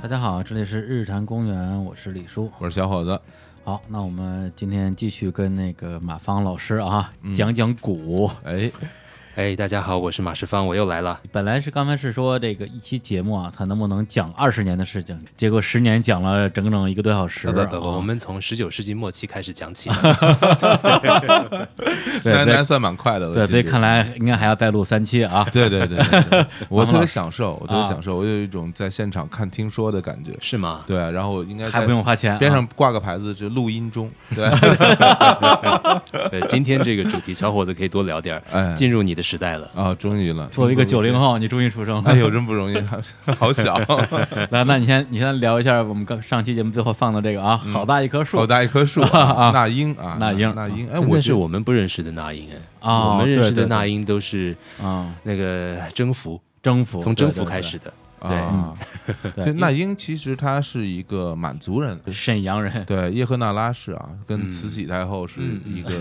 大家好，这里是日坛公园，我是李叔。我是小伙子，好，那我们今天继续跟那个马芳老师啊讲讲鼓。哎，哎，大家好，我是马世芳，我又来了。本来是刚开始说这个一期节目啊，它能不能讲二十年的事情，结果十年讲了整整一个多小时、不啊。不不不，我们从十九世纪末期开始讲起。 对那那对算蛮快的了。对，其所以实看来应该还要再录三期啊。对对对对， 对我王特老别师享受，我特别啊享受，我有一种在现场看听说的感觉。是吗？对，然后我应该还在不用花钱啊，边上挂个牌子，就录音中。 对，对，今天这个主题，小伙子可以多 聊点哎儿，进入你的时代了。哎啊，终于了，作为一个九零后，后，你终于出生了哎。呦，真不容易， 好小，来，那你先你先聊一下我们刚上期节目最后放的这个啊，好大一棵树好大一棵树啊啊，那英啊，那英那英，哎，但我是觉我们不认识的那英哎，啊我们认对识对的那英都是啊，那个征服，征服从征对服对开对嗯始的。 啊，对这那英其实她是一个满族人，沈阳人，对，叶赫那拉氏啊，跟慈嗯禧太后是一个、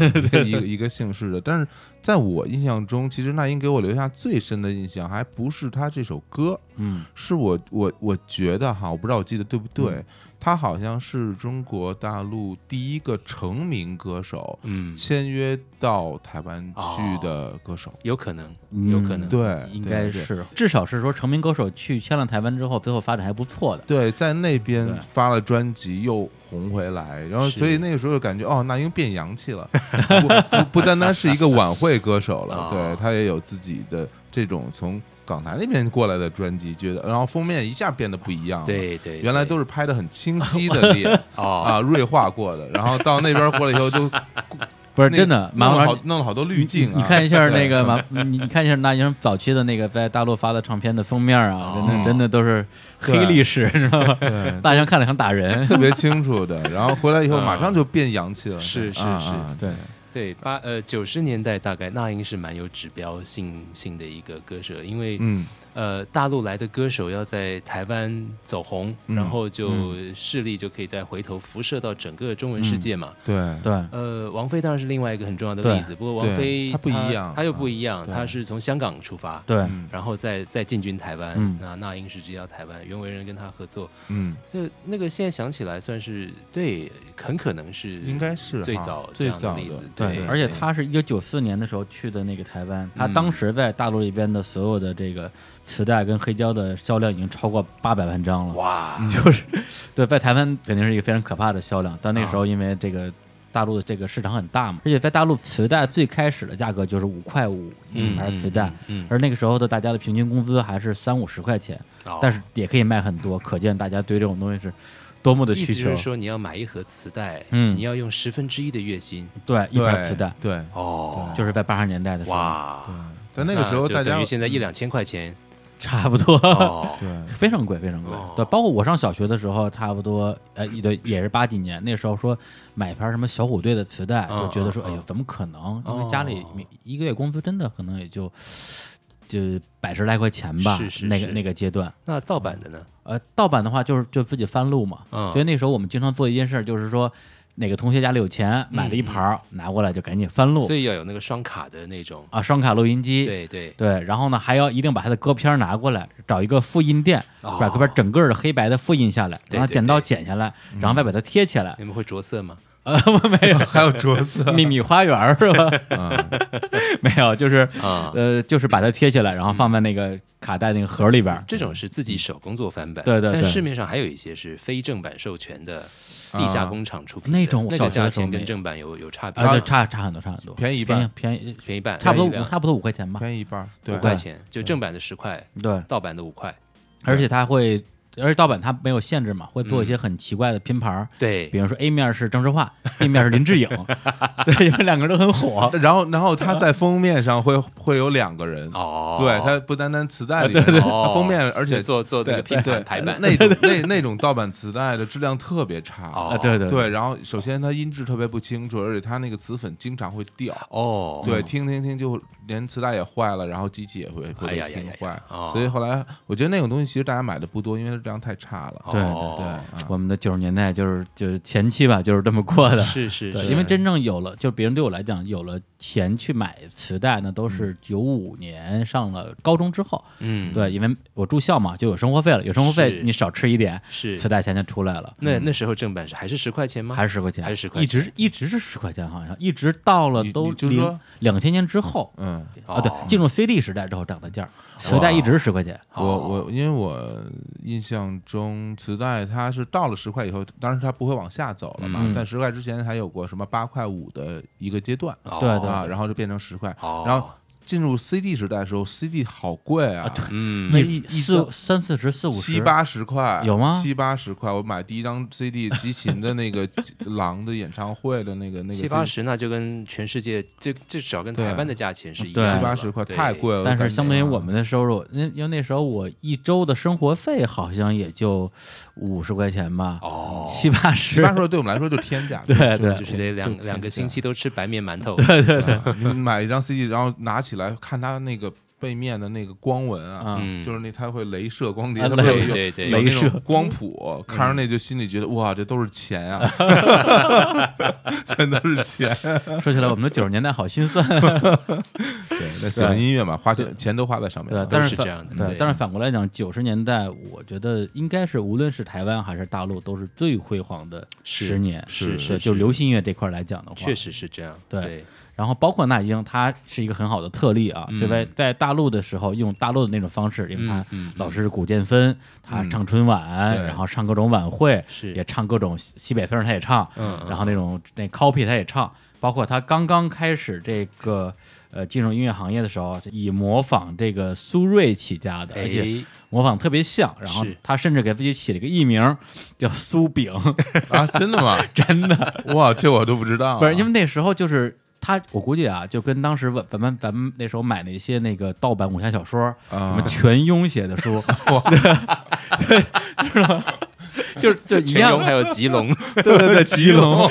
一个一个姓氏的。但是在我印象中，其实那英给我留下最深的印象，还不是她这首歌，嗯是我我我觉得哈，我不知道我记得对不对，她好像是中国大陆第一个成名歌手，嗯，签约到台湾去的歌手。有可能，嗯有可能。对，应该对对是，至少是说成名歌手去签了台湾之后，最后发展还不错的。对，在那对边发了专辑又红回来，然后是所以那个时候就感觉哦，那英变洋气 了，不不不单单是一个晚会歌手了，啊对他也有自己的这种从港台那边过来的专辑，觉得然后封面一下变得不一样了，，对对，原来都是是拍的很清晰的 脸哦，啊，锐化过的，然后到那边过来以后 就不是那真的，马弄了老好师，弄了好多滤镜啊你看一下那个对马， 你你看一下那英早期的那个在大陆发的唱片的封面啊，真的哦真的都是黑历史，你知道 吗？对大象看了想打人，特别清楚的，然后回来以后马嗯上就变洋气了，是是啊是啊对，对八呃九十年代大概那英是蛮有指标性性的一个歌手，因为嗯呃，大陆来的歌手要在台湾走红，嗯然后就势力就可以再回头辐射到整个中文世界嘛。 对。对，呃，王菲当然是另外一个很重要的例子，不过王嗯对菲她不一样她又不一样，对她是从香港出发，对，嗯然后再再进军台湾。嗯那那英是直接到台湾，袁惟仁跟她合作，嗯，就那个现在想起来算是对，很可能是应该是呃最哈早这最样早的例子，对，而且他是一九九四年的时候去的那个台湾，嗯他当时在大陆里边的所有的这个磁带跟黑胶的销量已经超过八百万张了。哇，嗯嗯就是对，在台湾肯定是一个非常可怕的销量，但那个时啊候因为这个。大陆的这个市场很大嘛，而且在大陆磁带最开始的价格就是五块五一嗯盘磁带，，嗯，嗯而那个时候的大家的平均工资还是三五十块钱，哦但是也可以卖很多，可见大家对这种东西是多么的意需思就求是。说，你要买一盒磁带，嗯你要用十分之一的月薪对，一盘对磁带对，啊哦，就是在八十年代的时候，哇，但那个时候就大等家于现在一两千块钱差不多。 哦，对非常贵，非常贵。哦对，包括我上小学的时候，差不多呃，一对也是八几年，那时候说买盘什么小虎队的磁带，嗯就觉得说，嗯哎呦嗯，怎么可能？因为哦家里每一个月工资真的可能也就就百十来块钱吧，是是那个是那个阶段。那盗版的呢？呃，盗版的话就是就自己翻录嘛，嗯所以那时候我们经常做一件事，就是说哪个同学家里有钱，买了一盘儿、拿过来就赶紧翻录嗯所以要有那个双卡的那种，啊，双卡录音机，对对，对，然后呢，还要一定把他的歌片儿拿过来，找一个复印店，哦把歌片整个的黑白的复印下来，对然后对剪刀对嗯剪下来，然后再把它贴起 来。你们会着色吗？ 还有着色秘密花园儿是吧？嗯 没有，就是啊呃，就是把它贴起来，然后放在那个卡带那个盒里边儿。这种是自己手工做翻版，对对对但市面上还有一些是非正版授权的地下工厂出品的，啊那种我那小个学的价时候钱没有跟正版有有差别啊，吗，对，差差很多，差很多，便宜一便半宜便宜，便宜半，差不多便宜五两差不多五块钱吧。便宜一半儿，对五块钱，就正版的十块，对，盗版的五块，而且它会，而且盗版它没有限制嘛，会做一些很奇怪的拼盘儿，对比，如说 A 面是郑智化，B 面是林 志颖，对，因为两个人都很火。 然后然后他在封面上会会有两个人，哦，对他不单单磁带里面，他哦封面而且就做做那对个拼对盘排版，那 种那那种盗版磁带的质量特别差。啊，哦对对对，然后首先它音质特别不清楚，而且它那个磁粉经常会掉，哦，对，听听听就连磁带也坏了，然后机器也会会哎被呀呀听呀呀坏哦，所以后来我觉得那种东西其实大家买的不多，因为质量太差了。对对哦啊，我们的九十年代就是就是前期吧，就是这么过的。是是对，是，因为真正有了，就别人对我来讲，有了钱去买磁带呢，都是九五年上了高中之后。嗯，对，因为我住校嘛，就有生活费了，有生活费是你少吃一点，是磁带钱就出来了，那那时候正版是还是十块钱吗？还是十块钱，还是10块一直一直是十块钱，好像一直到了你都你就是说零两千年之后。嗯，啊，对哦，进入 CD 时代之后涨的价儿，磁带一直是十块钱，我哦我因为我印象中磁带它是到了十块以后，当然它不会往下走了嘛，嗯但十块之前还有过什么八块五的一个阶段。哦对对啊，然后就变成十块，哦然后进入 CD 时代的时候，CD 好贵啊，嗯那一一四三四十四五十七八十块有吗七八十块，我买第一张 CD 齐秦的那个 狼的演唱会的那个那个七 CD, 八十那就跟全世界这至少跟台湾的价钱是一对样的七了，八十块对太贵了，但是感觉相对于啊我们的收入，因因为那时候我一周的生活费好像也就五十块钱吧，哦七八十七八十块对我们来说就天价， 对就对就就是得两两个星期都吃白面馒头，你买一张 CD，然后拿起来看它那个背面的那个光纹啊，嗯嗯就是那它会镭射光碟，啊它不是对有对对有那镭种射嗯光谱，看着那就心里觉得哇，这都是钱 啊， 全都是钱。说起来，我们九十年代好心酸，啊 对，那喜欢音乐嘛，花钱钱都花在上面对了，。但是反这样的对对，但是反过来讲，九十年代我觉得应该是无论是台湾还是大陆，都是最辉煌的是十年，是是是就流行音乐这块来讲的话，确。实是这样，对对然后包括那英，她是一个很好的特例嗯啊，就在在大陆的时候用大陆的那种方式，因为她嗯老师是古建芬，她唱春晚，对然后唱各种晚会，是嗯也唱各种西西北风，她也唱，然后那种那 copy 她也唱，包括她刚刚开始这个呃进入音乐行业的时候，以模仿这个苏芮起家的，而且哎模仿特别像，然后是她甚至给自己起了一个艺名叫苏饼，啊，真的吗？真的。哇，这我都不知道啊。不是因为那时候就是他，我估计啊，就跟当时我咱们咱们那时候买那些那个盗版武侠小说，什么全庸写的 书，对，是吧？就是就一全样荣，还有吉隆对 对对，吉隆。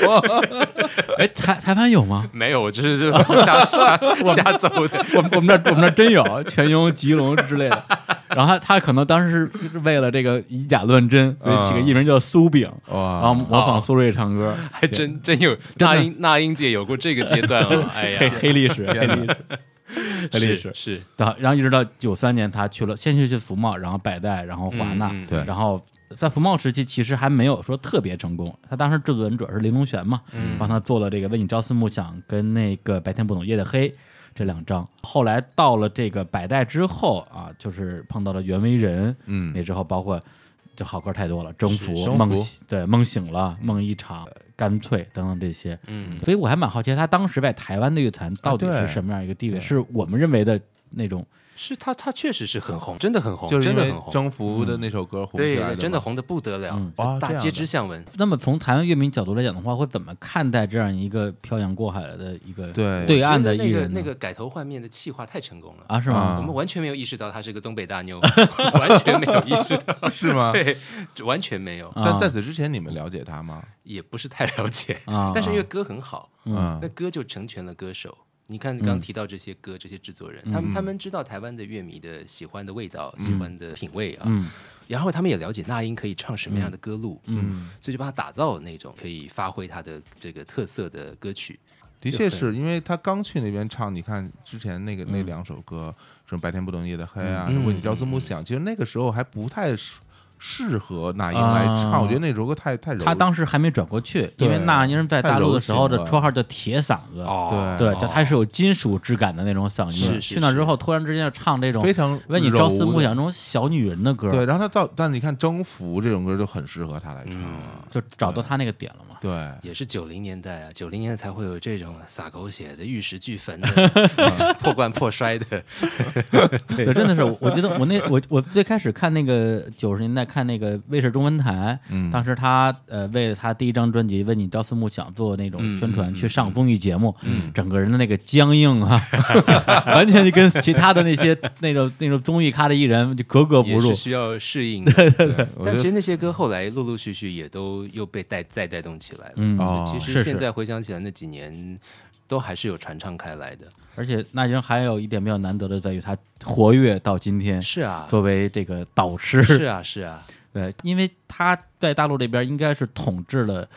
哎，台台湾有吗？没有，我这是就是瞎瞎瞎走的， 我们我们这儿我们这儿真有全庸、吉隆之类的。 然后他他可能当时是为了这个以假乱真，所以起个艺名叫苏饼，然后哇，模仿苏芮唱歌，还真真有那英那英姐有过这个阶段哦，哎黑呀， 黑历史，黑历史， 黑历史是。是到然后一直到九三年，他去了，先去去福茂，然后百代，然后华纳，嗯嗯对然后在福茂时期其实还没有说特别成功，他当时制作人主要是林东玄嘛，嗯帮他做了这个《为你朝思暮想》跟那个《白天不懂夜的黑》这两张，后来到了这个百代之后啊，就是碰到了袁惟仁，嗯那之后包括。就好歌太多了，征服、征服梦醒对梦醒了、梦一场、呃干脆等等这些，嗯，所以我还蛮好奇他当时在台湾的乐坛到底啊对是什么样一个地位，是我们认为的那种是他他确实是很红，真的很红，就是真因的为很红，征服哦的嗯那首歌红起来对，真的的嘛。红的不得了嗯，哦这大样街的知巷闻，那么从台湾乐迷角度来讲的话，会怎么看待这样一个漂洋过海的一个对对岸的艺那个人呢那个改头换面的气化太成功了。啊？是啊吗？我们完全没有意识到他是个东北大妞， 完全没有意识到，是吗？对，完全没啊有，但在此之前，你们了解他吗？也不是太了解。啊，但是因为歌很好，嗯那歌就成全了歌手。嗯你看刚提到这些歌，这些制作人，他们他们知道台湾的乐迷的喜欢的味道、嗯喜欢的品味啊，然后他们也了解那英可以唱什么样的歌路，嗯，所以就帮他打造那种可以发挥他的这个特色的歌曲。的就确很是因为他刚去那边唱，你看之前那个那两首歌，什么《白天不懂夜的黑》啊，嗯什么为你朝思暮想》，其实那个时候还不太适适合那英来唱，我觉得那首歌太太柔。他当时还没转过去，因为对啊那英在大陆的时候太的柔情了绰号叫铁嗓子，哦对，就他是有金属质感的那种嗓是音。是去那之后，突然之间就唱这种非常为你朝思柔暮的想这种小女人的歌，对，然后他到，但你看《征服》这种歌就很适合他来唱啊。就找到他那个点了嘛。对，也是九零年代啊，九零年代才会有这种撒狗血的、玉石俱 焚的、啊破罐破摔的。对，真的是，我我 觉得我那我我最开始看那个九十年代看那个卫视中文台，嗯当时他呃为了他第一张专辑《为你朝思暮想》做那嗯种宣传，去上综艺节目，整个人的那个僵硬啊， 完全就跟其他的那些那种那种综艺咖的艺人就格格不也入是。需要适应的。我但觉得其实那些歌后来陆陆续续也都又被带再带动起来了。嗯哦其是实是现在回想起来那几年，都还是有传唱开来的。而且那英还有一点比较难得的在于，他活跃到今天，是啊，作为这个导师，是啊，是啊，对，因为他在大陆这边应该是统治了。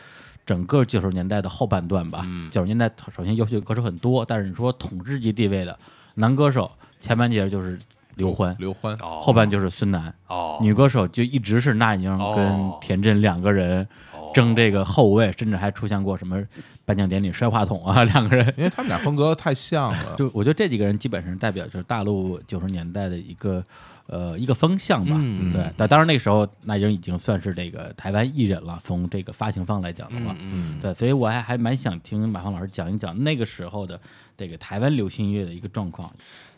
整个九十年代的后半段吧，嗯九十年代首先优秀歌手很多，但是你说统治级地位的男歌手，前半截就是刘欢，刘欢哦后半就是孙楠，哦，女歌手就一直是那英跟田震两个人哦争这个后卫，甚至还出现过什么颁奖典礼摔话筒啊，两个人。因为他们俩风格太像了。就我觉得这几个人基本上代表就是大陆九十年代的一个呃一个风向吧，嗯对。但当然那个时候那英已经算是这个台湾艺人了，从这个发行方来讲的话，嗯，对，所以我还还蛮想听马芳老师讲一讲那个时候的这个台湾流行音乐的一个状况。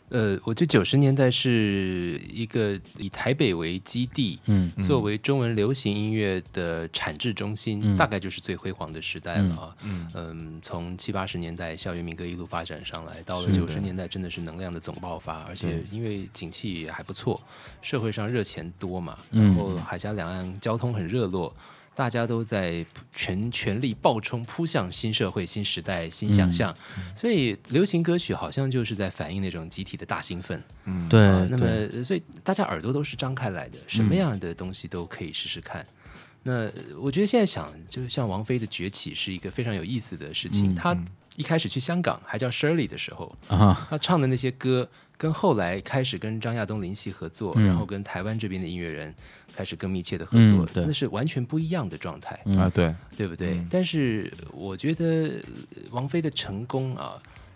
呃，我觉得九十年代是一个以台北为基地，嗯，作为中文流行音乐的产制中心，大概就是最辉煌的时代了啊。嗯，从七八十年代校园民歌一路发展上来，到了九十年代真的是能量的总爆发，而且因为景气也还不错，社会上热钱多嘛，嗯然后海峡两岸交通很热络。大家都在全全力暴冲，扑向新社会、新时代、新想象，所以流行歌曲好像就是在反映那种集体的大兴奋。对啊，那么对嗯呃所以大家耳朵都是张开来的，什么样的东西都可以试试看。那呃我觉得现在想，就像王菲的崛起是一个非常有意思的事嗯情。她一开始去香港还叫 Shirley 的时候，啊，她唱的那些歌，跟后来开始跟张亚东、林夕合作，然后跟台湾这边的音乐人开始更密切的合作嗯，对那是完全不一样的状态。啊，对，对不嗯对？但是我觉得呃王菲的成功啊，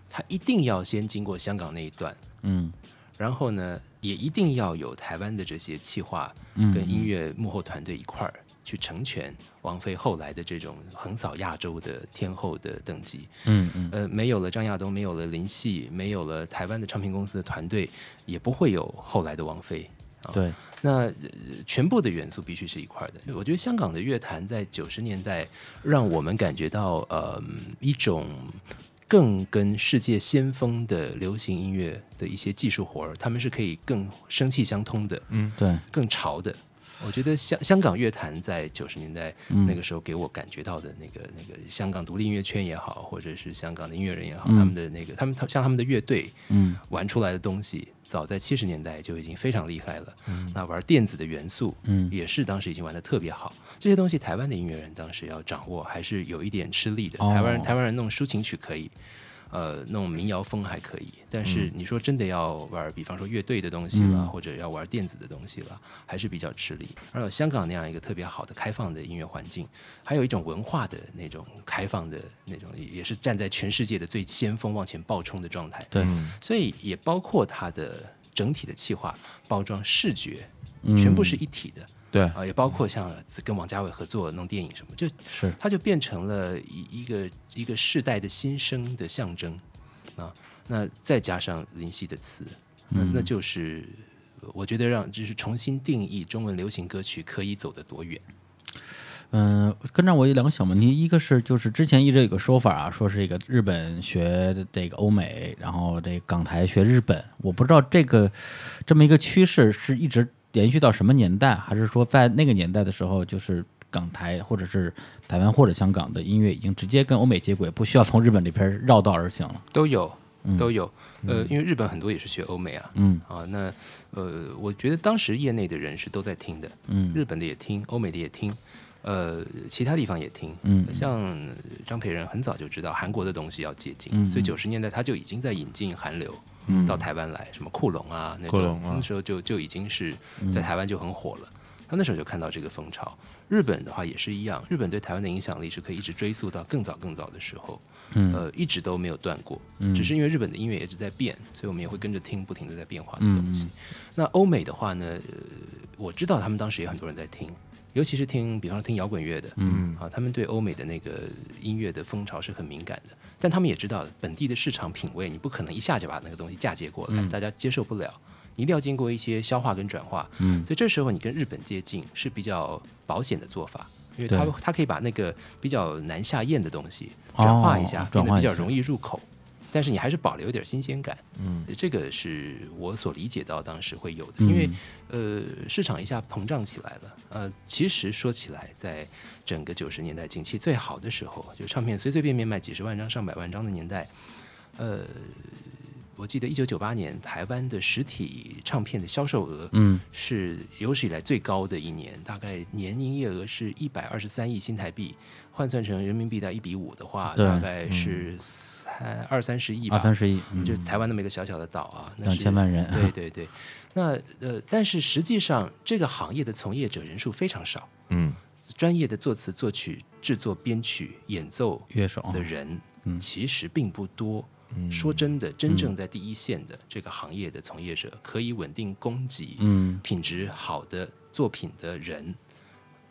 她一定要先经过香港那一段，嗯，然后呢，也一定要有台湾的这些企划嗯跟音乐幕后团队一块儿去成全王菲后来的这种横扫亚洲的天后的等级。嗯嗯呃，没有了张亚东，没有了林夕，没有了台湾的唱片公司的团队，也不会有后来的王菲。对，那、呃全部的元素必须是一块儿的。我觉得香港的乐坛在九十年代让我们感觉到呃一种更跟世界先锋的流行音乐的一些技术活儿，他们是可以更生气相通的，对，更潮的。我觉得香香港乐坛在九十年代那个时候给我感觉到的那个、那个香港独立音乐圈也好，或者是香港的音乐人也好，他们的那个他们他像他们的乐队，嗯，玩出来的东西，早在七十年代就已经非常厉害了。那玩电子的元素，嗯，也是当时已经玩的特别好。这些东西台湾的音乐人当时要掌握还是有一点吃力的。哦台湾人台湾人弄抒情曲可以，呃，弄民谣风还可以，但是你说真的要玩，比方说乐队的东西啦，或者要玩电子的东西啦，还是比较吃力。而有香港那样一个特别好的开放的音乐环境，还有一种文化的那种开放的那种，也也是站在全世界的最先锋往前暴冲的状态。对，所以也包括它的整体的企划、包装、视觉，全部是一体的。对啊，也包括像跟王家卫合作弄电影什么，就是它就变成了一一个一个世代的新生的象征啊。那再加上林夕的词，那那就是我觉得让就是重新定义中文流行歌曲可以走得多远。嗯，跟着我有两个小问题，一个是就是之前一直有个说法啊，说是这个日本学这个欧美，然后这个港台学日本，我不知道这个这么一个趋势是一直延续到什么年代，还是说在那个年代的时候，就是港台或者是台湾或者香港的音乐已经直接跟欧美接轨，不需要从日本这边绕道而行了。都有，都有。呃，因为日本很多也是学欧美啊，嗯啊，那呃，我觉得当时业内的人是都在听的，嗯日本的也听，欧美的也听，呃，其他地方也听。嗯像张培仁很早就知道韩国的东西要接近，嗯所以九十年代他就已经在引进韩流。到台湾来，什么库龙啊，那库种龙啊那时候就就已经是嗯在台湾就很火了。他那时候就看到这个风潮。日本的话也是一样，日本对台湾的影响力是可以一直追溯到更早更早的时候，嗯呃，一直都没有断过。只是因为日本的音乐一直在变，所以我们也会跟着听，不停的在变化的东嗯西。那欧美的话呢，呃我知道他们当时也很多人在听。尤其是听，比方说听摇滚乐的，嗯啊，他们对欧美的那个音乐的风潮是很敏感的，但他们也知道本地的市场品味，你不可能一下就把那个东西嫁接过嗯来，大家接受不了，你一定要经过一些消化跟转化，嗯，所以这时候你跟日本接近是比较保险的做法，因为它对它可以把那个比较难下咽的东西转化一下，哦变转化得一比下较容易入口。但是你还是保留一点新鲜感，嗯，这个是我所理解到当时会有的，嗯因为呃，市场一下膨胀起来了。呃，其实说起来，在整个九十年代景气最好的时候，就唱片随随便便卖几十万张、上百万张的年代，呃，我记得一九九八年台湾的实体唱片的销售额嗯是有史以来最高的一年，大概年营业额是一百二十三亿新台币，换算成人民币的一比五的话，对嗯大概是三二三十亿二吧。三十亿，嗯就台湾那么一个小小的岛啊，那两是千万人，对对对，那呃，但是实际上这个行业的从业者人数非常少，嗯专业的作词、作曲、制作、编曲、演奏乐手的人嗯其实并不多。说真的，真正在第一线的这个行业的从业者，可以稳定供给嗯品质好的作品的人，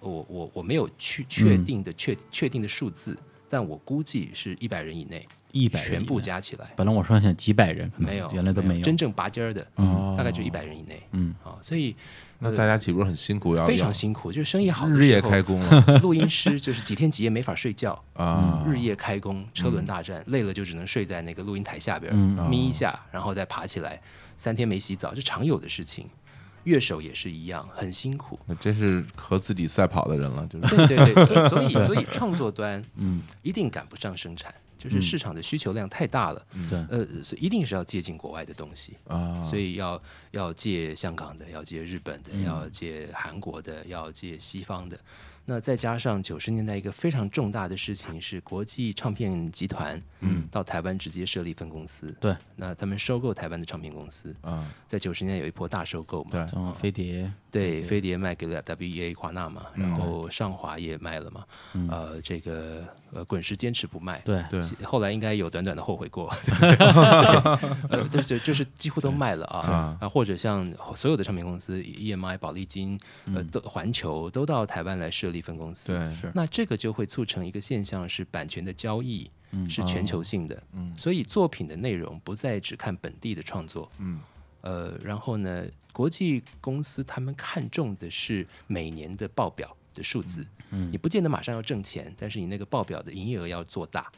我我我没有确嗯确定的确确定的数字，但我估计是一百人以内，一百全部。加起来。本来我说想几百人，可能没有，嗯原来都没有。哦真正拔尖儿的，嗯大概就一百人以内，嗯啊，所以那大家岂不是很辛苦？要非常要辛苦，就是生意好的日夜时候，开工 了 录音师就是几天几夜没法睡 觉，哦啊，日夜开工，车轮大战，累了就只能睡在那个录音台下边儿，嗯眯一下，然后再爬起来，三天没洗澡，这常有的事情。乐手也是一样，很 辛苦。那真是和自己赛跑的人了，就是对对对，所以所以所以创作 端，嗯，一定赶不上生产，就是市场的需求量太大了，嗯对呃，所以一定是要接近国外的东西。 啊，所以要要借香港的，要借日本的，要借韩国的，要借西方的。那再加上九十年代一个非常重大的事情是，国际唱片集团嗯到台湾直接设立分公司，对，那他们收购台湾的唱片公司，啊，在九十年代有一波大收购嘛，对然后飞碟，对，嗯飞碟卖给了 WEA 华纳嘛，然后上华也卖了嘛，呃，这个呃滚石坚持不卖，对对其后来应该有短短的后悔过， 呃，就就就是几乎都卖了啊，啊，或者像所有的唱片公司，EMI、宝丽，E 金、呃，都环球都到台湾来设立分公司，对， 是那这个就会促成一个现象是版权的交易嗯是全球性哦的，所以作品的内容不再只看本地的创作，嗯呃，然后呢，国际公司他们看重的是每年的报表的数字，嗯你不见得马上要挣钱，但是你那个报表的营业额要做大，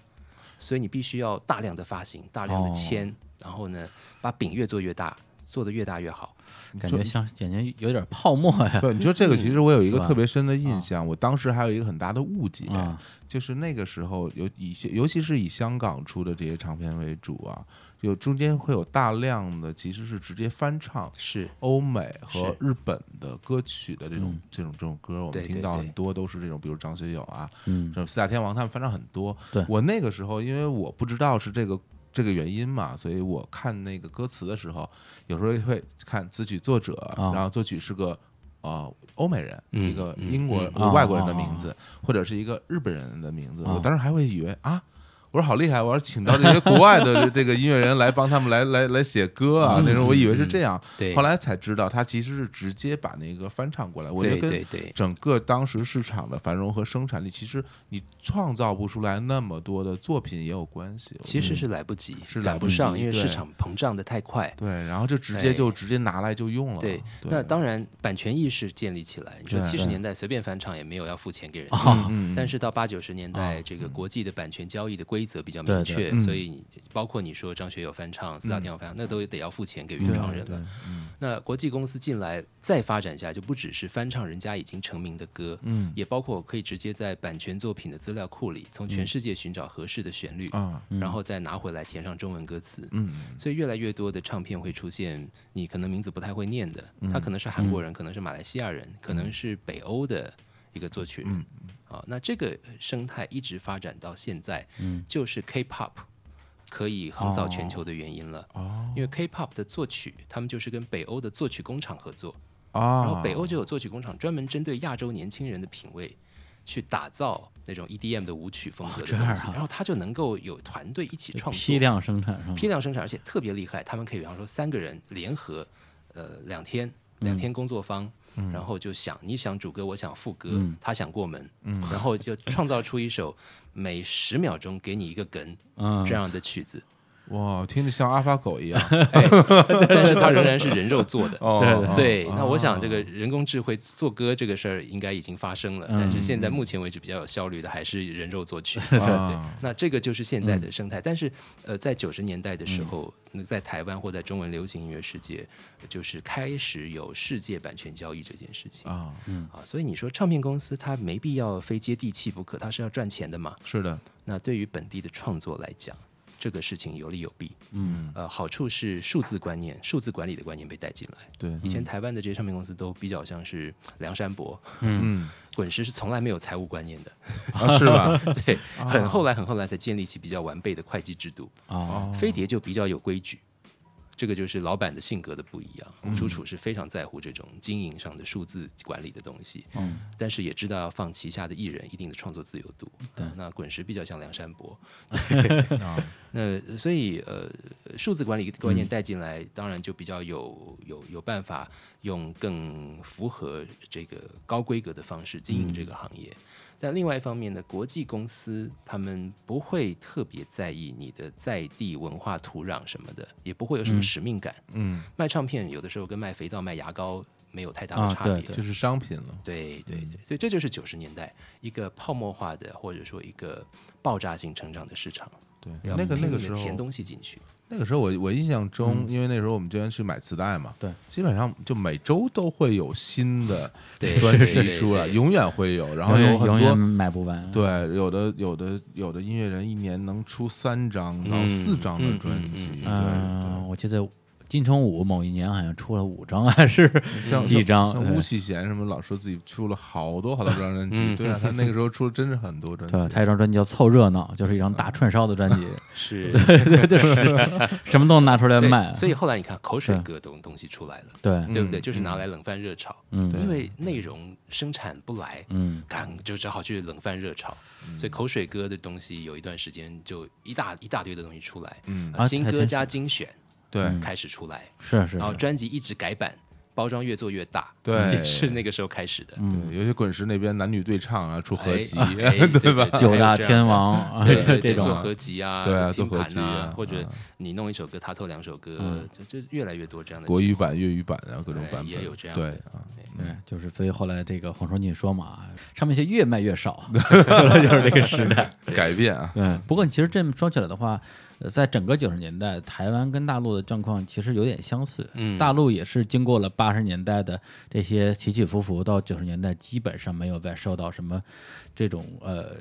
所以你必须要大量的发行，大量的哦签，然后呢，把饼越做越大，做得越大越好，感觉像感觉有点泡沫呀。对，你说这个其实我有一个特别深的印象，我当时还有一个很大的误解，啊就是那个时候有以些，尤其是以香港出的这些唱片为主啊，有中间会有大量的其实是直接翻唱是欧美和是日本的歌曲的这种、这种这种歌，我对们对听到对很多都是这种，比如张学友啊，嗯这种四大天王他们翻唱很多。对我那个时候，因为我不知道是这个这个原因嘛，所以我看那个歌词的时候，有时候会看词曲作者，啊然后作曲是个。呃，欧美人，嗯一个嗯英国、嗯外国人的啊啊啊名字，或者是一个日本人的名字，啊我当时还会以为啊，我说好厉害，我要请到这些国外的这个音乐人来帮他们来来来写歌嗯啊，那时候我以为是这样，对后来才知道他其实是直接把那个翻唱过来，我觉对得对跟对，整个当时市场的繁荣和生产力，其实你创造不出来那么多的作品也有关系。我其实是来不及，是来赶不不上，及因为对市场膨胀的太快。对，然后就直接哎就直接拿来就用了。对对，，那当然版权意识建立起来，你说对七十对年代随便翻唱也没有要付钱给人家，嗯哦但是到八九十年代，这个国际的版权交易的规则比较对明对嗯确，所以你包括你说张学友翻唱、四大天王翻唱，那都得要付钱给原对创人对嗯了。那国际公司进来再发展下，就不只是翻唱人家已经成名的歌，嗯也包括可以直接在版权作品的资料库里，从全世界寻找合适的旋律，嗯啊，然后再拿回来填上中文歌词。嗯，所以越来越多的唱片会出现你可能名字不太会念的，嗯他可能是韩国人，可能是马来西亚人，可能是北欧的一个作曲人。嗯啊，那这个生态一直发展到现在，就是 K-pop 可以横扫全球的原因了。哦因为 K-pop 的作曲，他们就是跟北欧的作曲工厂合作，啊，然后北欧就有作曲工厂专门针对亚洲年轻人的品味。去打造那种 EDM 的舞曲风格的这东样西，啊然后他就能够有团队一起创作，批量生产是吗？批量生产，而且特别厉害。他们可以，比方说三个人联合，呃，两天，嗯两天工作坊，然后就想你想主歌，我想副歌，嗯他想过门，然后就创造出一首每十秒钟给你一个梗啊嗯这样的曲 子。哇，听着像阿发狗 一样。哎，但是它仍然是人肉做的。哦对 对，那我想这个人工智慧做歌这个事儿应该已经发生了，嗯但是现在目前为止比较有效率的还是人肉作 曲。对啊嗯那这个就是现在的生态。但是呃，在九十年代的时候，那在台湾或在中文流行音乐世界，就是开始有世界版权交易这件事情啊，啊。所以你说唱片公司它没必要非接地气不可，它是要赚钱的嘛。是的，那对于本地的创作来讲，这个事情有利有弊。嗯呃，好处是数字观念、数字管理的观念被带进来。对，以前台湾的这些唱片公司都比较像是梁山伯、嗯， 滚石，是从来没有财务观念的，啊是吧？ 对，啊很后来很后来才建立起比较完备的会计制度。哦，飞碟就比较有规矩，这个就是老板的性格的不一嗯样。楚楚是非常在乎这种经营上的数字管理的东西，嗯但是也知道要放旗下的艺人一定的创作自由度。对啊啊那滚石比较像梁山 伯，那所以呃，数字管理观嗯念带进来，当然就比较有有有办法用更符合这个高规格的方式经嗯营这个行业。但另外一方面呢，国际公司他们不会特别在意你的在地文化土壤什么的，也不会有什么使命感。嗯，卖唱片有的时候跟卖肥皂、卖牙膏没有太大啊的差别。对对就是商品了。对对嗯对，所以这就是九十年代一个泡沫化的，或者说一个爆炸性成长的市场，对，要那个拼那个命地时填候，东西 进去。那个时候我我印象中，嗯因为那时候我们经常去买磁带嘛，对，基本上就每周都会有新的对专对辑对出来，对永远会有，然后永有远很永远多。买不嗯完，对，有的有的有的音乐人一年能出三张到嗯四张的嗯专嗯辑，对嗯，我记得金城武某一年好像出了五张还是对，像几张嗯像对巫启贤什么老说自己出了好多好多张专辑，嗯对啊，他那个时候出了真是很多专辑，对，他有一张专辑叫《凑热闹》，就是一张大串烧的专辑，是，对，就是 什么都能拿出来卖对，。所以后来你看口水对歌东东西出来了，对，对不对？啊嗯就是拿来冷饭热炒，嗯对因为内容生产不来，嗯，干就只好去冷饭热炒，嗯所以口水歌的东西有一段时间就一大一大堆的东西出来，嗯啊啊新还歌真加是精选对嗯开始出来，是是然后是，专辑一直改版，包装越做越大，对也是那个时候开始的。嗯，对，尤其滚石那边男女对唱啊，出合哎集， 哎对吧九大天，王啊， 对对这对，种做啊合集啊，对啊拼做合集盘啊啊，或者啊你弄一首歌，他凑两首歌嗯，就就越来越多这样的国情语版、粤语版，然后各种哎版本，也有这样对的啊，对，就是所以后来这个黄双进说嘛，啊唱片就越卖越少，就是这个时代。改变啊，对，不过你其实这么说起来的话，呃，在整个九十年代，台湾跟大陆的状况其实有点相似。嗯大陆也是经过了八十年代的这些起起伏伏，到九十年代基本上没有再受到什么这种呃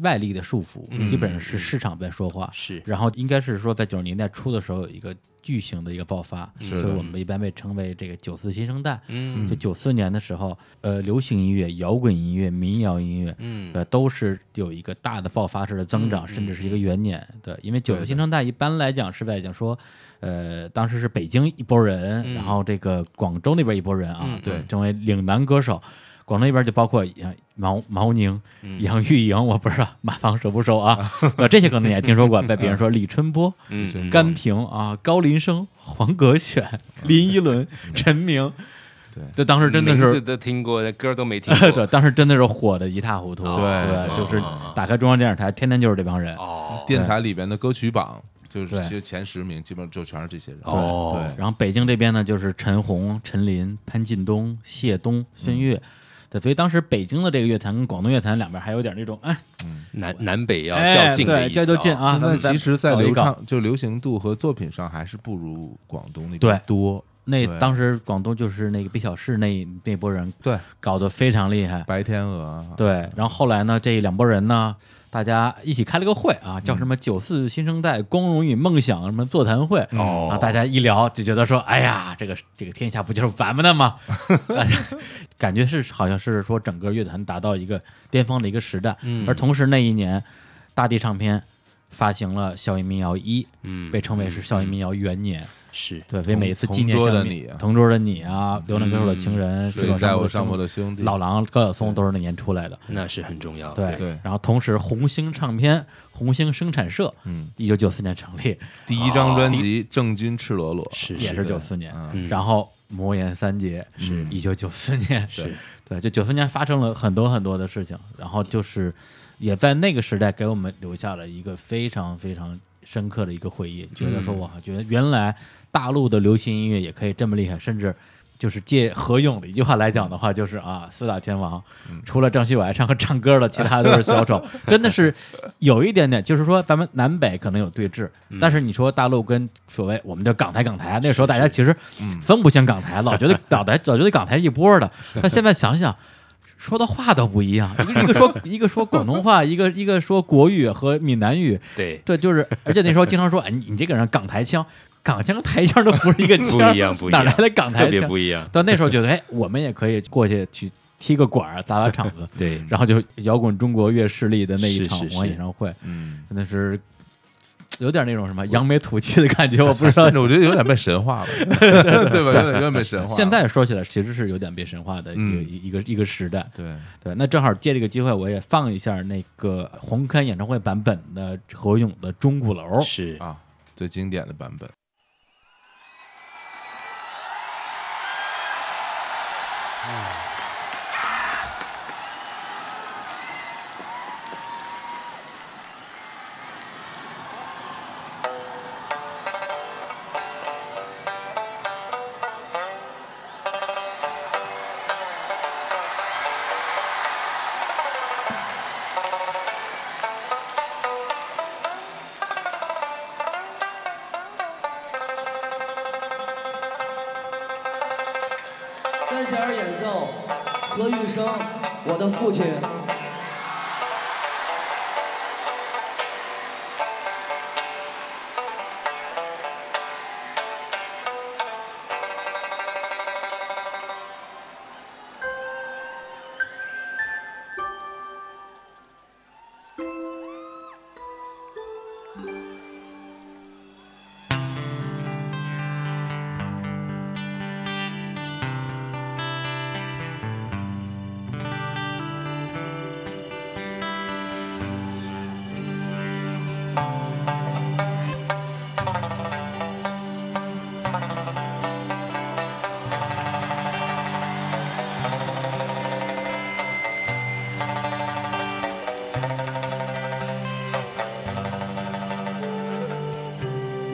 外力的束缚，基本上是市场在说话。是然后应该是说，在九十年代初的时候有一个巨型的一个爆发，是所以的我们一般被称为这个九四新生代。嗯就九四年的时候，呃，流行音乐、摇滚音乐、民谣音乐，嗯呃，都是有一个大的爆发式的增长，嗯甚至是一个元年。对，因为九四新生代一般来讲是在讲说，呃，当时是北京一拨人，嗯然后这个广州那边一拨人啊，嗯对成为岭南歌手。广州那边就包括呃毛毛宁、嗯杨钰莹，我不知道马房熟不熟啊？ 呃，这些可能你也听说过。再比如说李春波、嗯甘萍啊、高林生、黄格选、林依轮、陈明，对这当时真的嗯名是字都听过，歌都没听 过。对，当时真的是火的一塌糊涂，哦对，对就是嗯嗯嗯打开中央电视台，天天就是这帮人，哦电台里边的歌曲榜就是对其实前十名，基本上就全是这些人，哦然后北京这边呢，就是陈红、陈琳、潘劲东、谢东、嗯孙悦。对，所以当时北京的这个乐坛跟广东乐坛两边还有点那种，哎，南南北要哎较劲的对，意较思，哦较劲！啊！咱那们其实，在搞一流搞畅就流行度和作品上，还是不如广东那边对多。那对当时广东就是那个毕小世那那波人对，搞得非常厉害，白天鹅啊，对。然后后来呢，这两拨人呢，大家一起开了个会啊，嗯叫什么“九四新生代光荣与梦想”什么座谈会，哦啊，大家一聊就觉得说，哎呀，这个这个天下不就是咱们的吗？ 大家感觉是好像是说整个乐坛达到一个巅峰的一个时代，嗯而同时那一年，大地唱片发行了校园民谣一，嗯被称为是校园民谣元年。是对，所以每一次纪念嗯同桌的校园民你啊同桌的你啊，流浪歌手的情人，所以水手在上我坡上坡的的兄弟，老狼、高晓松都是那年出来的。那是很重要。对，对然后同时红星唱片、红星生产社，嗯，一九九四年成立，第一张专辑《郑钧赤裸裸》是也的是九四年，啊嗯然后魔岩三杰是一九九四年，是对 对，就九四年发生了很多很多的事情，然后就是也在那个时代给我们留下了一个非常非常深刻的一个回忆，觉得说哇，觉得原来大陆的流行音乐也可以这么厉害，甚至。就是借何勇的一句话来讲的话，就是啊，嗯四大天王，除了张学友爱唱唱歌的，其他都是小 丑，真的是有一点点，就是说咱们南北可能有对峙，嗯但是你说大陆跟所谓我们叫港台港台，那时候大家嗯 其实分不清港台，老觉得港台老觉得港台一波的，但现在想想。说的话都不一样，一个说一个说广东 话，一个一个说国语和闽南语，对，这就是，而且那时候经常说，哎，你你这个人港台腔，港腔和台腔 都不是一个腔，不一样，不一哪样，来的港台 特别腔？不一样。到那时候觉得，哎，我们也可以过去去踢个馆儿，砸砸场子，对，然后就摇滚中国乐势力的那一是场是红是演唱会，嗯，真的是有点那种什么扬眉吐气的感觉，我不 知道 甚。至我觉得有点被神 化了，对吧？有点有点被神化了。现在说起来，其实是有点被神化的一个嗯一个一个时代。对，对，那正好借这个机会，我也放一下那个红磡演唱会版本的何勇的《钟鼓楼》。是啊，最经典的版本。三弦儿演奏，何玉生，我的父亲。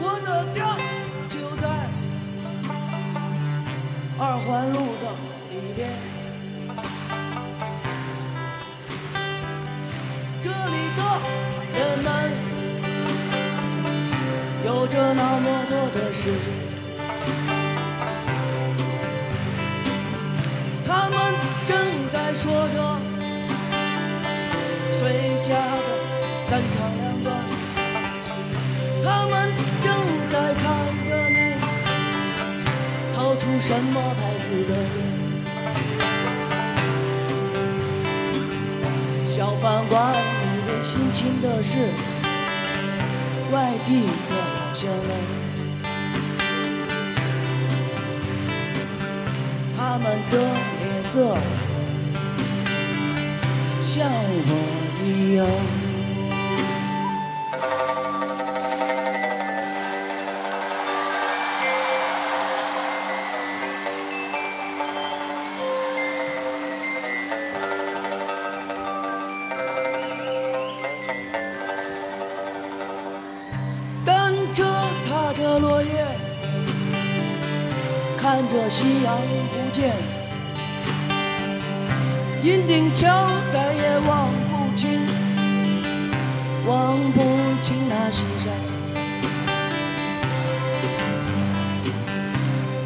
我的家就在二环路的里边，这里的人们有着那么多的事情，他们正在说着谁家的三长两短。他们正在看着你掏出什么牌子的烟，小饭馆里面辛勤的是外地的老乡们，他们的脸色像我一样。单车踏着落叶，看着夕阳不见。银锭桥再也望不清，望不清那西山。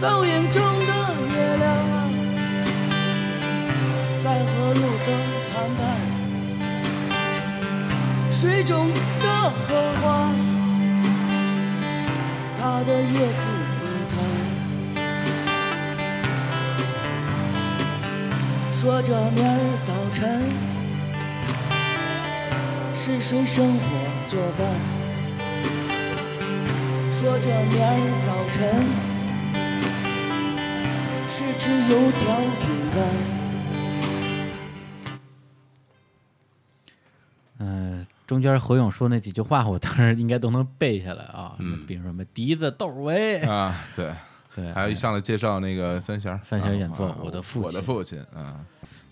倒影中的月亮啊，在和路灯谈判。水中的荷花。它的叶子隐藏，说着明儿早晨是谁生火做饭，说着明儿早晨是吃油条饼干。嗯，中间何勇说那几句话，我当时应该都能背下来啊。嗯比如什么笛子窦唯，啊， 对，对，还有一上来介绍那个三弦儿，三弦儿演奏啊我的父我的亲父亲啊，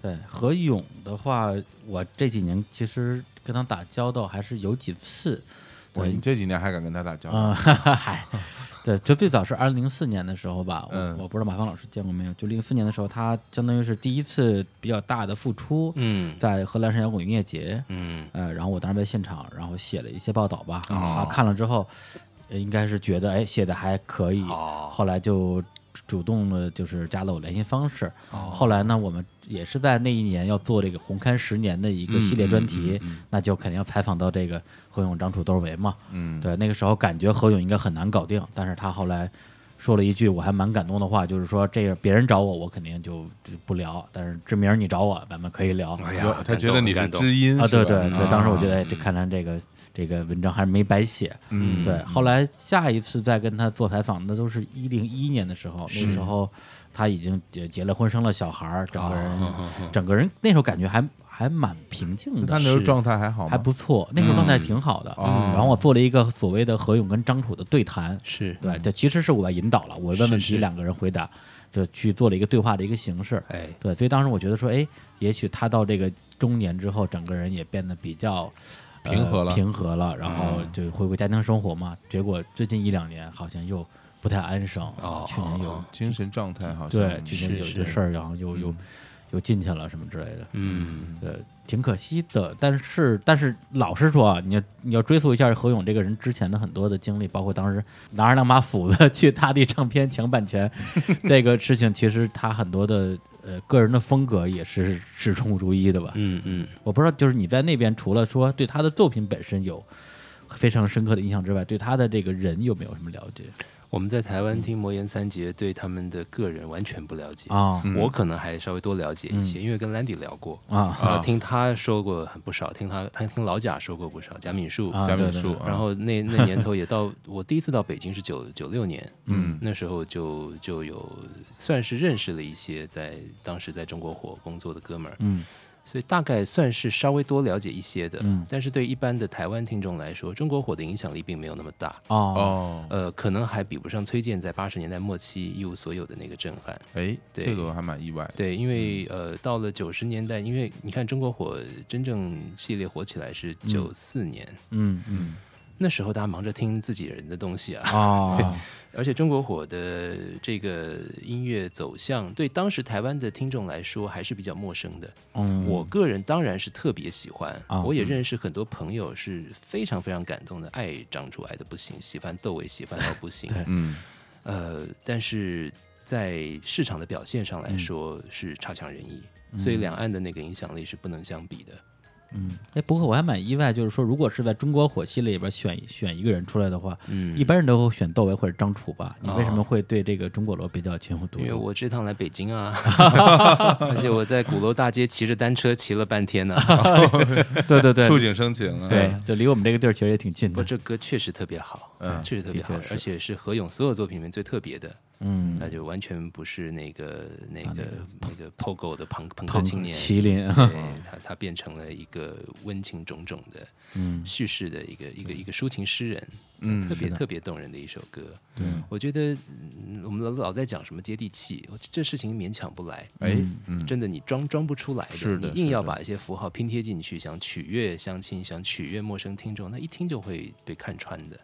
对何勇的话，我这几年其实跟他打交道还是有几次。我对你这几年还敢跟他打交道？啊，哈哈嗨，对，就最早是二零零四年的时候吧，我、嗯我不知道马芳老师见过没有？就零四年的时候，他相当于是第一次比较大的复出，嗯在荷兰山摇滚音乐节，嗯，哦呃，然后我当时在现场，然后写了一些报道吧，啊，看了之后，呃应该是觉得哎写的还可以，哦后来就主动了就是加了我联系方式。哦后来呢，我们也是在那一年要做这个红勘十年的一个嗯系列专题，那就肯定要采访到这个何勇、张楚、窦唯嘛。嗯，对，那个时候感觉何勇应该很难搞定，但是他后来说了一句我还蛮感动的话，就是说这个别人找我，我肯定就就不聊，但是志明儿你找我，咱们可以聊。哎有呀，他感觉动得你是感动知音啊，对是吧对对，啊当时我觉得哎这看来这个这个文章还是没白写，嗯对。后来下一次再跟他做采访，那都是一零一年的时候，那时候他已经结结了婚，生了小孩儿，整个人、哦整个人那时候感觉还还蛮平静嗯就的，他那时候状态还好吗？还不错，那时候状态挺好的。哦然后我做了一个所谓的何勇跟张楚的对谈，是对，这其实是我在引导了，我问问题，两个人回答，就去做了一个对话的一个形式。哎对，所以当时我觉得说，哎，也许他到这个中年之后，整个人也变得比较。呃平和了嗯平和了，然后就回归家庭生活嘛。结果最近一两年好像又不太安生，哦去年有、哦精神状态哦好像嗯对，去年有一是些事儿，然后又又又进去了什么之类的。嗯，呃，挺可惜的。但是，但是老实说啊，你要你要追溯一下何勇这个人之前的很多的经历，包括当时拿着两把斧子 去大地唱片抢版权这个事情，其实他很多的呃个人的风格也是始终如一的吧。嗯嗯，我不知道，就是你在那边除了说对他的作品本身有非常深刻的印象之外，对他的这个人有没有什么了解我们在台湾听魔岩三杰，对他们的个人完全不了解，啊？嗯我可能还稍微多了解一些，因为跟兰迪聊过。啊，然后听他说过很不少，听他他听老贾说过不少，贾敏树，啊贾对敏对树，对啊然后那那年头也到我第一次到北京是九九六年，嗯，那时候就就有算是认识了一些在当时在中国火工作的哥们儿，嗯，所以大概算是稍微多了解一些的，嗯但是对一般的台湾听众来说，中国火的影响力并没有那么大，哦，哦，呃，可能还比不上崔健在八十年代末期一无所有的那个震撼。哎，对这个我还蛮意外的。对，因为嗯呃，到了九十年代，因为你看中国火真正系列火起来是九四年，嗯嗯，那时候大家忙着听自己人的东西啊， 哦，而且中国火的这个音乐走向，对当时台湾的听众来说还是比较陌生的。嗯，我个人当然是特别喜欢，啊我也认识很多朋友是非常非常感动的，爱张楚爱的不行，喜欢窦唯喜欢到不行。对嗯，呃，但是在市场的表现上来嗯说是差强人意，所以两岸的那个影响力是不能相比的。嗯，哎，不过我还蛮意外，就是说，如果是在中国火系列里边选选一个人出来的话，嗯哦一般人都会选窦唯或者张楚吧？你为什么会对这个钟国罗比较情有独因为钟？我这趟来北京啊， 而且我在鼓楼大街骑着单车骑了半天呢、 对对对触景生情啊。对，就离我们这个地儿其实也挺近嗯不，的。这歌确实特别好，嗯确实特别好的确，是而且是何勇所有作品里面最特别的，嗯，那就完全不是那个那啊那个个那个 POGO 的朋朋克庞青年。嗯麒麟，对他，他变成了一个温情种种的嗯叙事的一个一个一个抒情诗人，嗯特别是的特别动人的一首歌。对，我觉得嗯我们老老在讲什么接地气，我这事情勉强不来。哎，嗯，真的你装装不出来的，是的你硬要是的把一些符号拼贴进去，想取悦相亲，想取悦陌生听众，那一听就会被看穿的。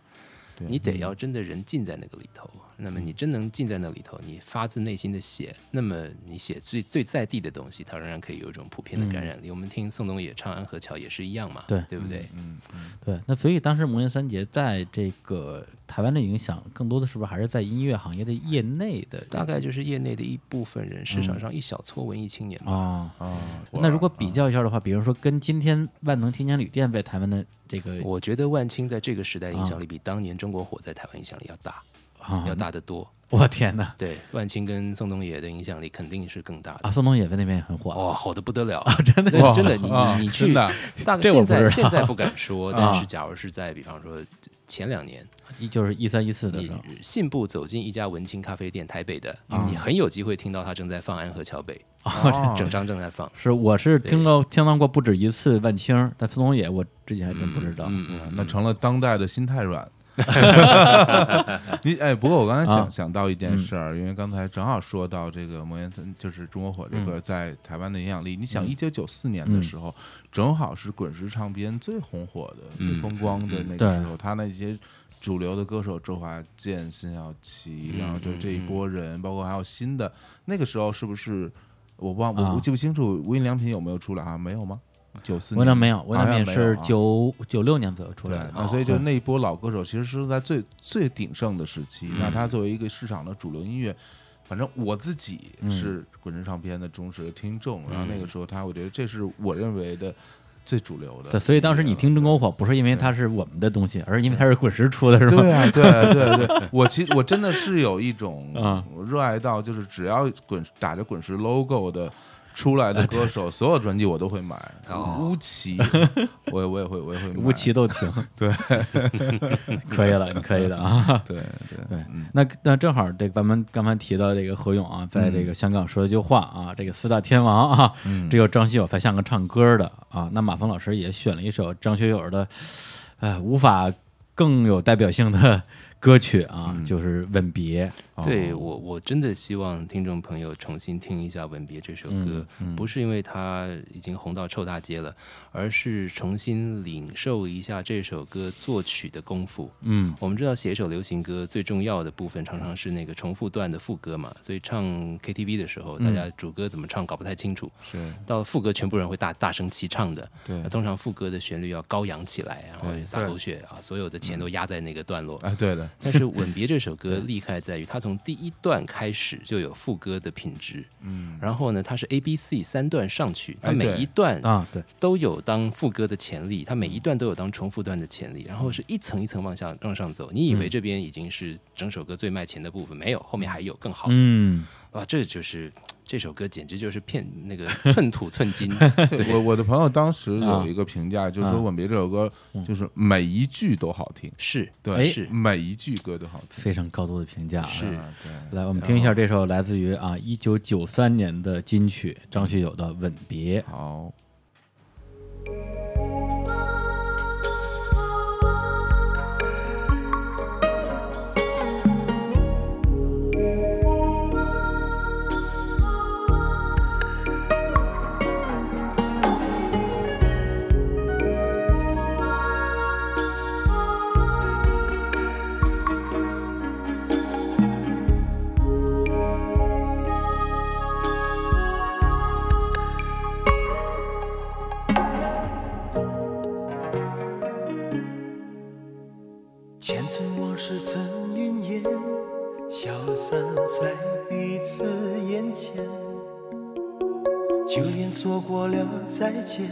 你得嗯要真的人浸在那个里头，那么你真能浸在那里头，你发自内心的写，那么你写最最在地的东西，它仍然可以有一种普遍的感染力。我们听宋冬野唱《安河桥》也是一样嘛，对对不对？嗯， 对，那所以当时魔岩三杰在这个台湾的影响，更多的是不是还是在音乐行业的业内的大概就是业内的一部分人，市场上一小撮文艺青年吧。啊？哦，那如果嗯比较一下的话，比如说跟今天万能青年旅店在台湾的这个我觉得万青在这个时代影啊响力比当年中国火在台湾影响力要大，啊要，大得多。我天哪！对，万青跟宋冬野的影响力肯定是更大的。啊，宋冬野在那边也很火哦，好的不得了， 真的真的，你啊你你 真去，的啊大概这我不现知在道现在不敢 说，啊但是假如是在比方说前两年，一就是一三一四的你时候，信步走进一家文青咖啡店，台北的，你很有机会听到他正在放《安河桥北哦》，啊整张正在放。是我是听到听到过不止一次万青，但孙东野我之前还真不知道。嗯嗯，嗯那成了当代的心太软。 你哎，不过我刚才想、啊想到一件事儿，因为刚才正好说到这个魔岩森，就是中国火这嗯个在台湾的影响力。你想，一九九四年的时候，正好是滚石唱片最红火的、最风光的嗯那个对时候，他那些。主流的歌手周华健、辛晓琪，然后就这一波人，包括还有新的，那个时候是不是我忘我我啊记不清楚无印良品有没有出来啊？没有吗？九四我良没有，我好良像也没是有啊九九六年左右出对啊来，的。那所以就那一嗯波老歌手其实是在最最鼎盛的时期。那他作为一个市场的主流音乐，反正我自己嗯是滚石唱片的忠实的听众，然后那个时候他，我觉得这是我认为的最主流的。对，所以当时你听《真篝火》，不是因为它是我们的东西，而是因为它是滚石出的，是吗？对啊，对啊对啊对啊，我其实我真的是有一种 嗯热爱到，就是只要滚打着滚石 logo 的。出来的哎歌手，所有专辑我都会买。哦乌奇，我我也会，我也会买。乌奇都听，对， 可以了，你可以的啊。对对对，嗯那那正好，这个咱们刚才提到这个何勇啊，在这嗯个香港说了一句话啊，这个四大天王啊，只有张学友才像个唱歌的啊。那马峰老师也选了一首张学友的，哎，无法更有代表性的歌曲啊，就是《吻别》。嗯哦对我，我真的希望听众朋友重新听一下《吻别》这首歌，不是因为它已经红到臭大街了，而是重新领受一下这首歌作曲的功夫。嗯，我们知道写一首流行歌最重要的部分常常是那个重复段的副歌嘛，所以唱 KTV 的时候，大家主歌怎么唱搞不太清楚，嗯是，到副歌全部人会大大声齐唱的。对那，通常副歌的旋律要高扬起来，然后对嗯撒狗血啊，所有的钱都压在那个段落。哎，对的，但是《吻别》这 首歌厉害在于，它从第一段开始就有副歌的品质，嗯，然后呢，它是 A、B、C 三段上去，它哎每对一段啊，对，都有当副歌的潜力，它每一段都有当重复段的潜嗯力，然后是一层一层往下往上走。你以为这边已经是整首歌最卖钱的部分，没有，后面还有更好的。嗯，哇，这就是这首歌简直就是骗那个寸土寸 金，对我我的朋友当时啊有一个评价，就是说《吻别》这首歌，就是每一句都好听，是，对，嗯哎是每一句歌都好听，非常高度的评价啊。是啊对，来，我们听一下这首来自于啊一九九三年的金曲张学友的《吻别》。好，哦千村往事存云烟，消散在彼此眼前。就连说过了再见，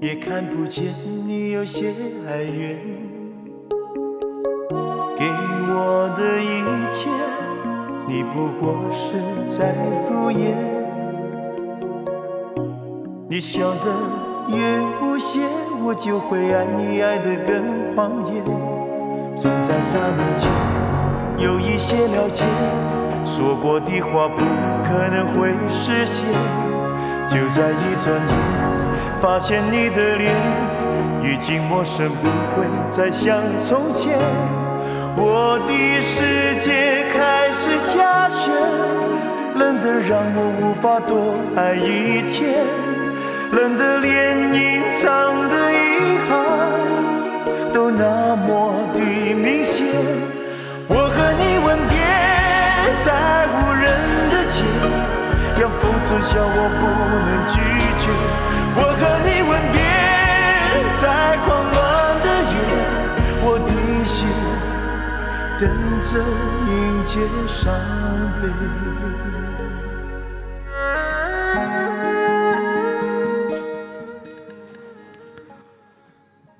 也看不见你有些哀怨。给我的一切，你不过是在敷衍。你笑得越无邪，我就会爱你爱得更狂野。总在刹那间有一些了解，说过的话不可能会实现。就在一转眼，发现你的脸已经陌生，不会再像从前。我的世界开始下雪，冷得让我无法多爱一天，冷得连隐藏的遗憾。都那么的明显。我和你吻别在无人的街，阳风刺笑我不能拒绝。我和你吻别在狂乱的夜，我的心等着迎接伤悲。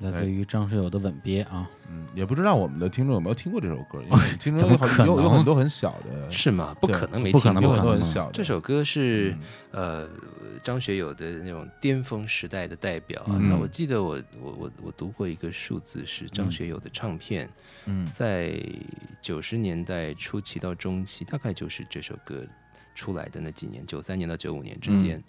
来哎自于张学友的《吻别》啊，嗯也不知道我们的听众有没有听过这首歌，因 为听众有怎么可很有有能很多很小的，是吗？不对可能没不听可过，能有啊很不多可能很小的嗯这首歌是、呃张学友的那种巅峰时代的代表、啊。嗯那我记得我我我我读过一个数字是张学友的唱片，嗯在九十年代初期到中期，大概就是这首歌出来的那几年，九三年到九五年之嗯间。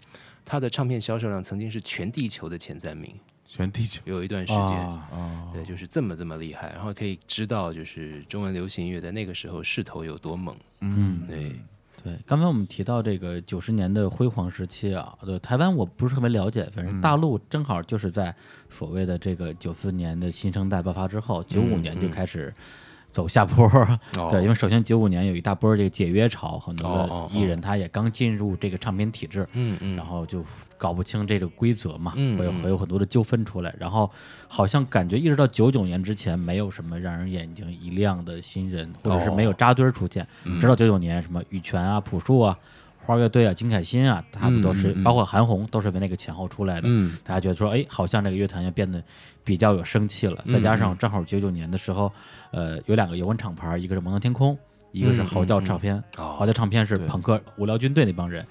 他的唱片销售量曾经是全地球的前三名，全地球有一段时间，啊，对，就是这么这么厉害，然后可以知道就是中文流行音乐在那个时候势头有多猛，嗯对，对，刚才我们提到这个九十年的辉煌时期啊，对台湾我不是特别了解，反正大陆正好就是在所谓的这个九四年的新生代爆发之后，九五年就开始走下坡。哦对，因为首先九五年有一大波这个解约潮，很多哦哦哦的艺人他也刚进入这个唱片体制，嗯嗯，然后就搞不清这个规则嘛，嗯会有嗯会有很多的纠纷出来。然后好像感觉一直到九九年之前，没有什么让人眼睛一亮的新人，或者是哦没有扎堆儿出现。嗯直到九九年，什么羽泉啊、朴树啊、花儿乐队啊、金凯欣啊，他们都是、包括韩红都是为那个前后出来的。嗯大家觉得说，哎，好像这个乐坛要变得比较有生气嗯了。再加上正好九九年的时候，呃，有两个摇滚厂牌，一个是摩登天空，一个是嚎叫唱片。嗯哦嚎叫唱片是朋克无聊军队那帮人，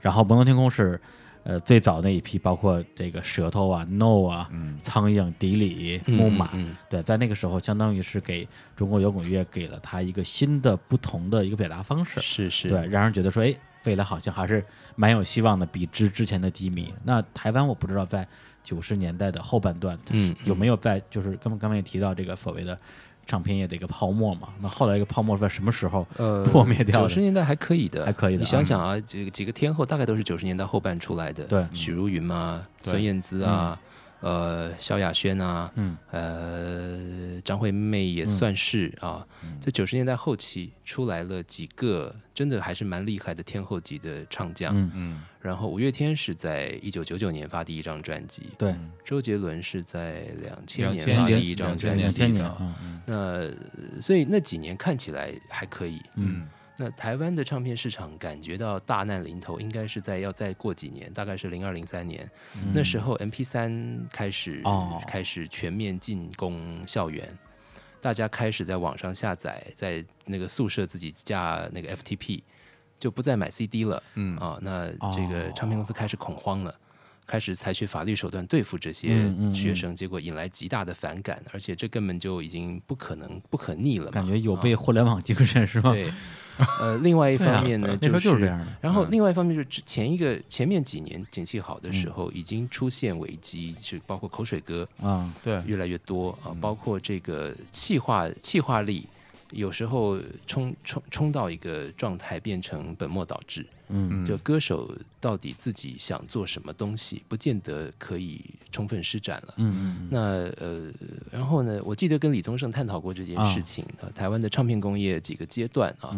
然后摩登天空是呃最早那一批，包括这个舌头啊、No 啊、苍蝇、迪里、木马，嗯嗯对，在那个时候相当于是给中国摇滚乐给了他一个新的、不同的一个表达方式。是是，对，让人觉得说，哎，未来好像还是蛮有希望的，比之之前的低迷。那台湾我不知道在九十年代的后半段，嗯有没有在就是刚刚刚才也提到这个所谓的唱片业的一个泡沫嘛？那后来这个泡沫在什么时候呃， 破灭掉九的？十年代还可以的，还可以的嗯你想想啊，这个几个天后大概都是九十年代后半出来的，对嗯许茹芸嘛，对孙燕姿啊，呃，萧亚轩啊，嗯，呃，张惠妹也算是啊。嗯就九十年代后期出来了几个真的还是蛮厉害的天后级的唱将，嗯嗯然后五月天是在一九九九年发第一张专辑，对，周杰伦是在两千2000年发年第一张2000专辑，两年千年啊啊，那呃所以那几年看起来还可以，嗯那台湾的唱片市场感觉到大难临头，应该是在要再过几年，大概是零二零三年，那时候 M P 三开始、嗯哦开始全面进攻校园，大家开始在网上下载，在那个宿舍自己架那个 F T P，就不再买 C D 了。嗯啊，那哦这个唱片公司开始恐慌了。开始采取法律手段对付这些嗯嗯嗯学生，结果引来极大的反感，而且这根本就已经不可能、不可逆了嘛。感觉有悖互联网精神是吗？啊对，呃，另外一啊对啊方面呢，那时候就就是这样嗯的。然后另外一方面就是之前一个前面几年景气好的嗯时候，已经出现危机，就包括口水歌啊，对越来越多啊，嗯包括这个气化气化力。有时候冲冲冲到一个状态，变成本末倒置。嗯，就歌手到底自己想做什么东西，不见得可以充分施展了。嗯嗯那呃，然后呢，我记得跟李宗盛探讨过这件事情。呃，台湾的唱片工业几个阶段啊，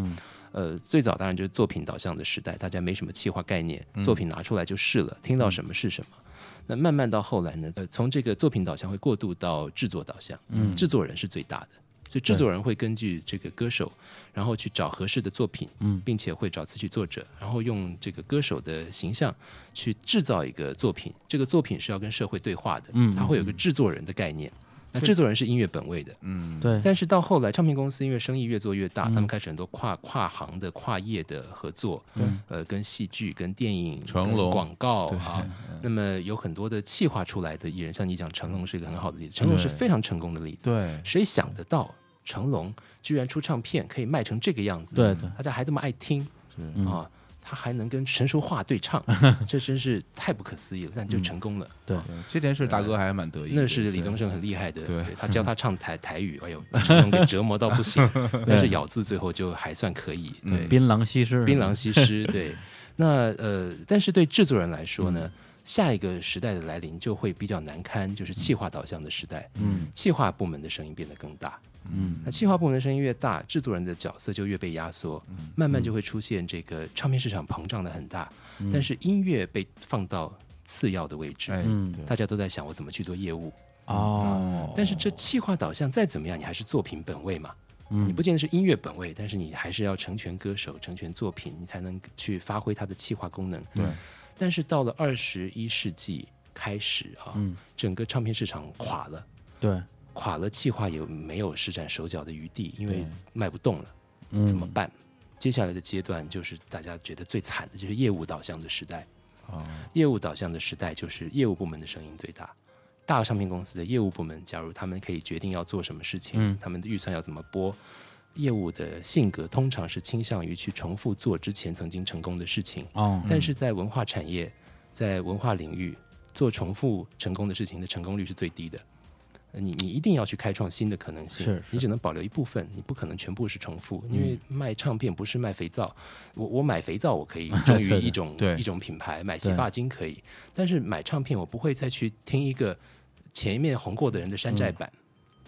呃，最早当然就是作品导向的时代，大家没什么企划概念，作品拿出来就是了，听到什么是什么。那慢慢到后来呢，呃，从这个作品导向会过渡到制作导向，嗯，制作人是最大的。所以制作人会根据这个歌手，然后去找合适的作品，嗯，并且会找词曲作者，然后用这个歌手的形象去制造一个作品。这个作品是要跟社会对话的，嗯它会有个制作人的概念。那制作人是音乐本位的，嗯嗯，对，但是到后来，唱片公司因为生意越做越大，他们开始很多跨跨行的、跨业的合作，呃，跟戏剧、跟电影、成跟龙广告啊，那么有很多的气化出来的艺人，像你讲成龙是一个很好的例子，成龙是非常成功的例子，对谁想得到成龙居然出唱片可以卖成这个样子？对对大家还这么爱听是啊。他还能跟陈淑桦 对唱，这真是太不可思议了，但就成功了。对这件事大哥还蛮得意的，那是李宗嗯对盛很厉害的，对他教他唱台台语，哎呦， 把成龙给折磨到 不行，但是咬字最后就还算可以，嗯对，嗯槟榔西施，槟榔西施， 对，那呃，但是对制作人来说呢，下一个时代的来临就会比较难堪，就是气化导向的时代，嗯，气化部门的声音变得更大，嗯，那气化部门的声音越大，制作人的角色就越被压缩，慢慢就会出现这个唱片市场膨胀的很大，但是音乐被放到次要的位置，哎嗯对大家都在想我怎么去做业务。啊哦，但是这气化导向再怎么样，你还是作品本位嘛。你不见得是音乐本位，但是你还是要成全歌手、成全作品，你才能去发挥它的气化功能。对。但是到了二十一世纪开始啊，整个唱片市场垮了，对，垮了，气化也没有施展手脚的余地，因为卖不动了，怎么办？接下来的阶段就是大家觉得最惨的就是业务导向的时代。业务导向的时代，就是业务部门的声音最大。大唱片公司的业务部门，假如他们可以决定要做什么事情，他们的预算要怎么拨，业务的性格通常是倾向于去重复做之前曾经成功的事情。哦，但是在文化产业，在文化领域，做重复成功的事情的成功率是最低的。呃你你一定要去开创新的可能性，是是嗯你只能保留一部分，你不可能全部是重复，因为卖唱片不是卖肥皂，我我买肥皂我 可以忠对于的一种对一种品牌，买洗发精可以，但是买唱片我不会再去听一个前面红过的人的山寨嗯版，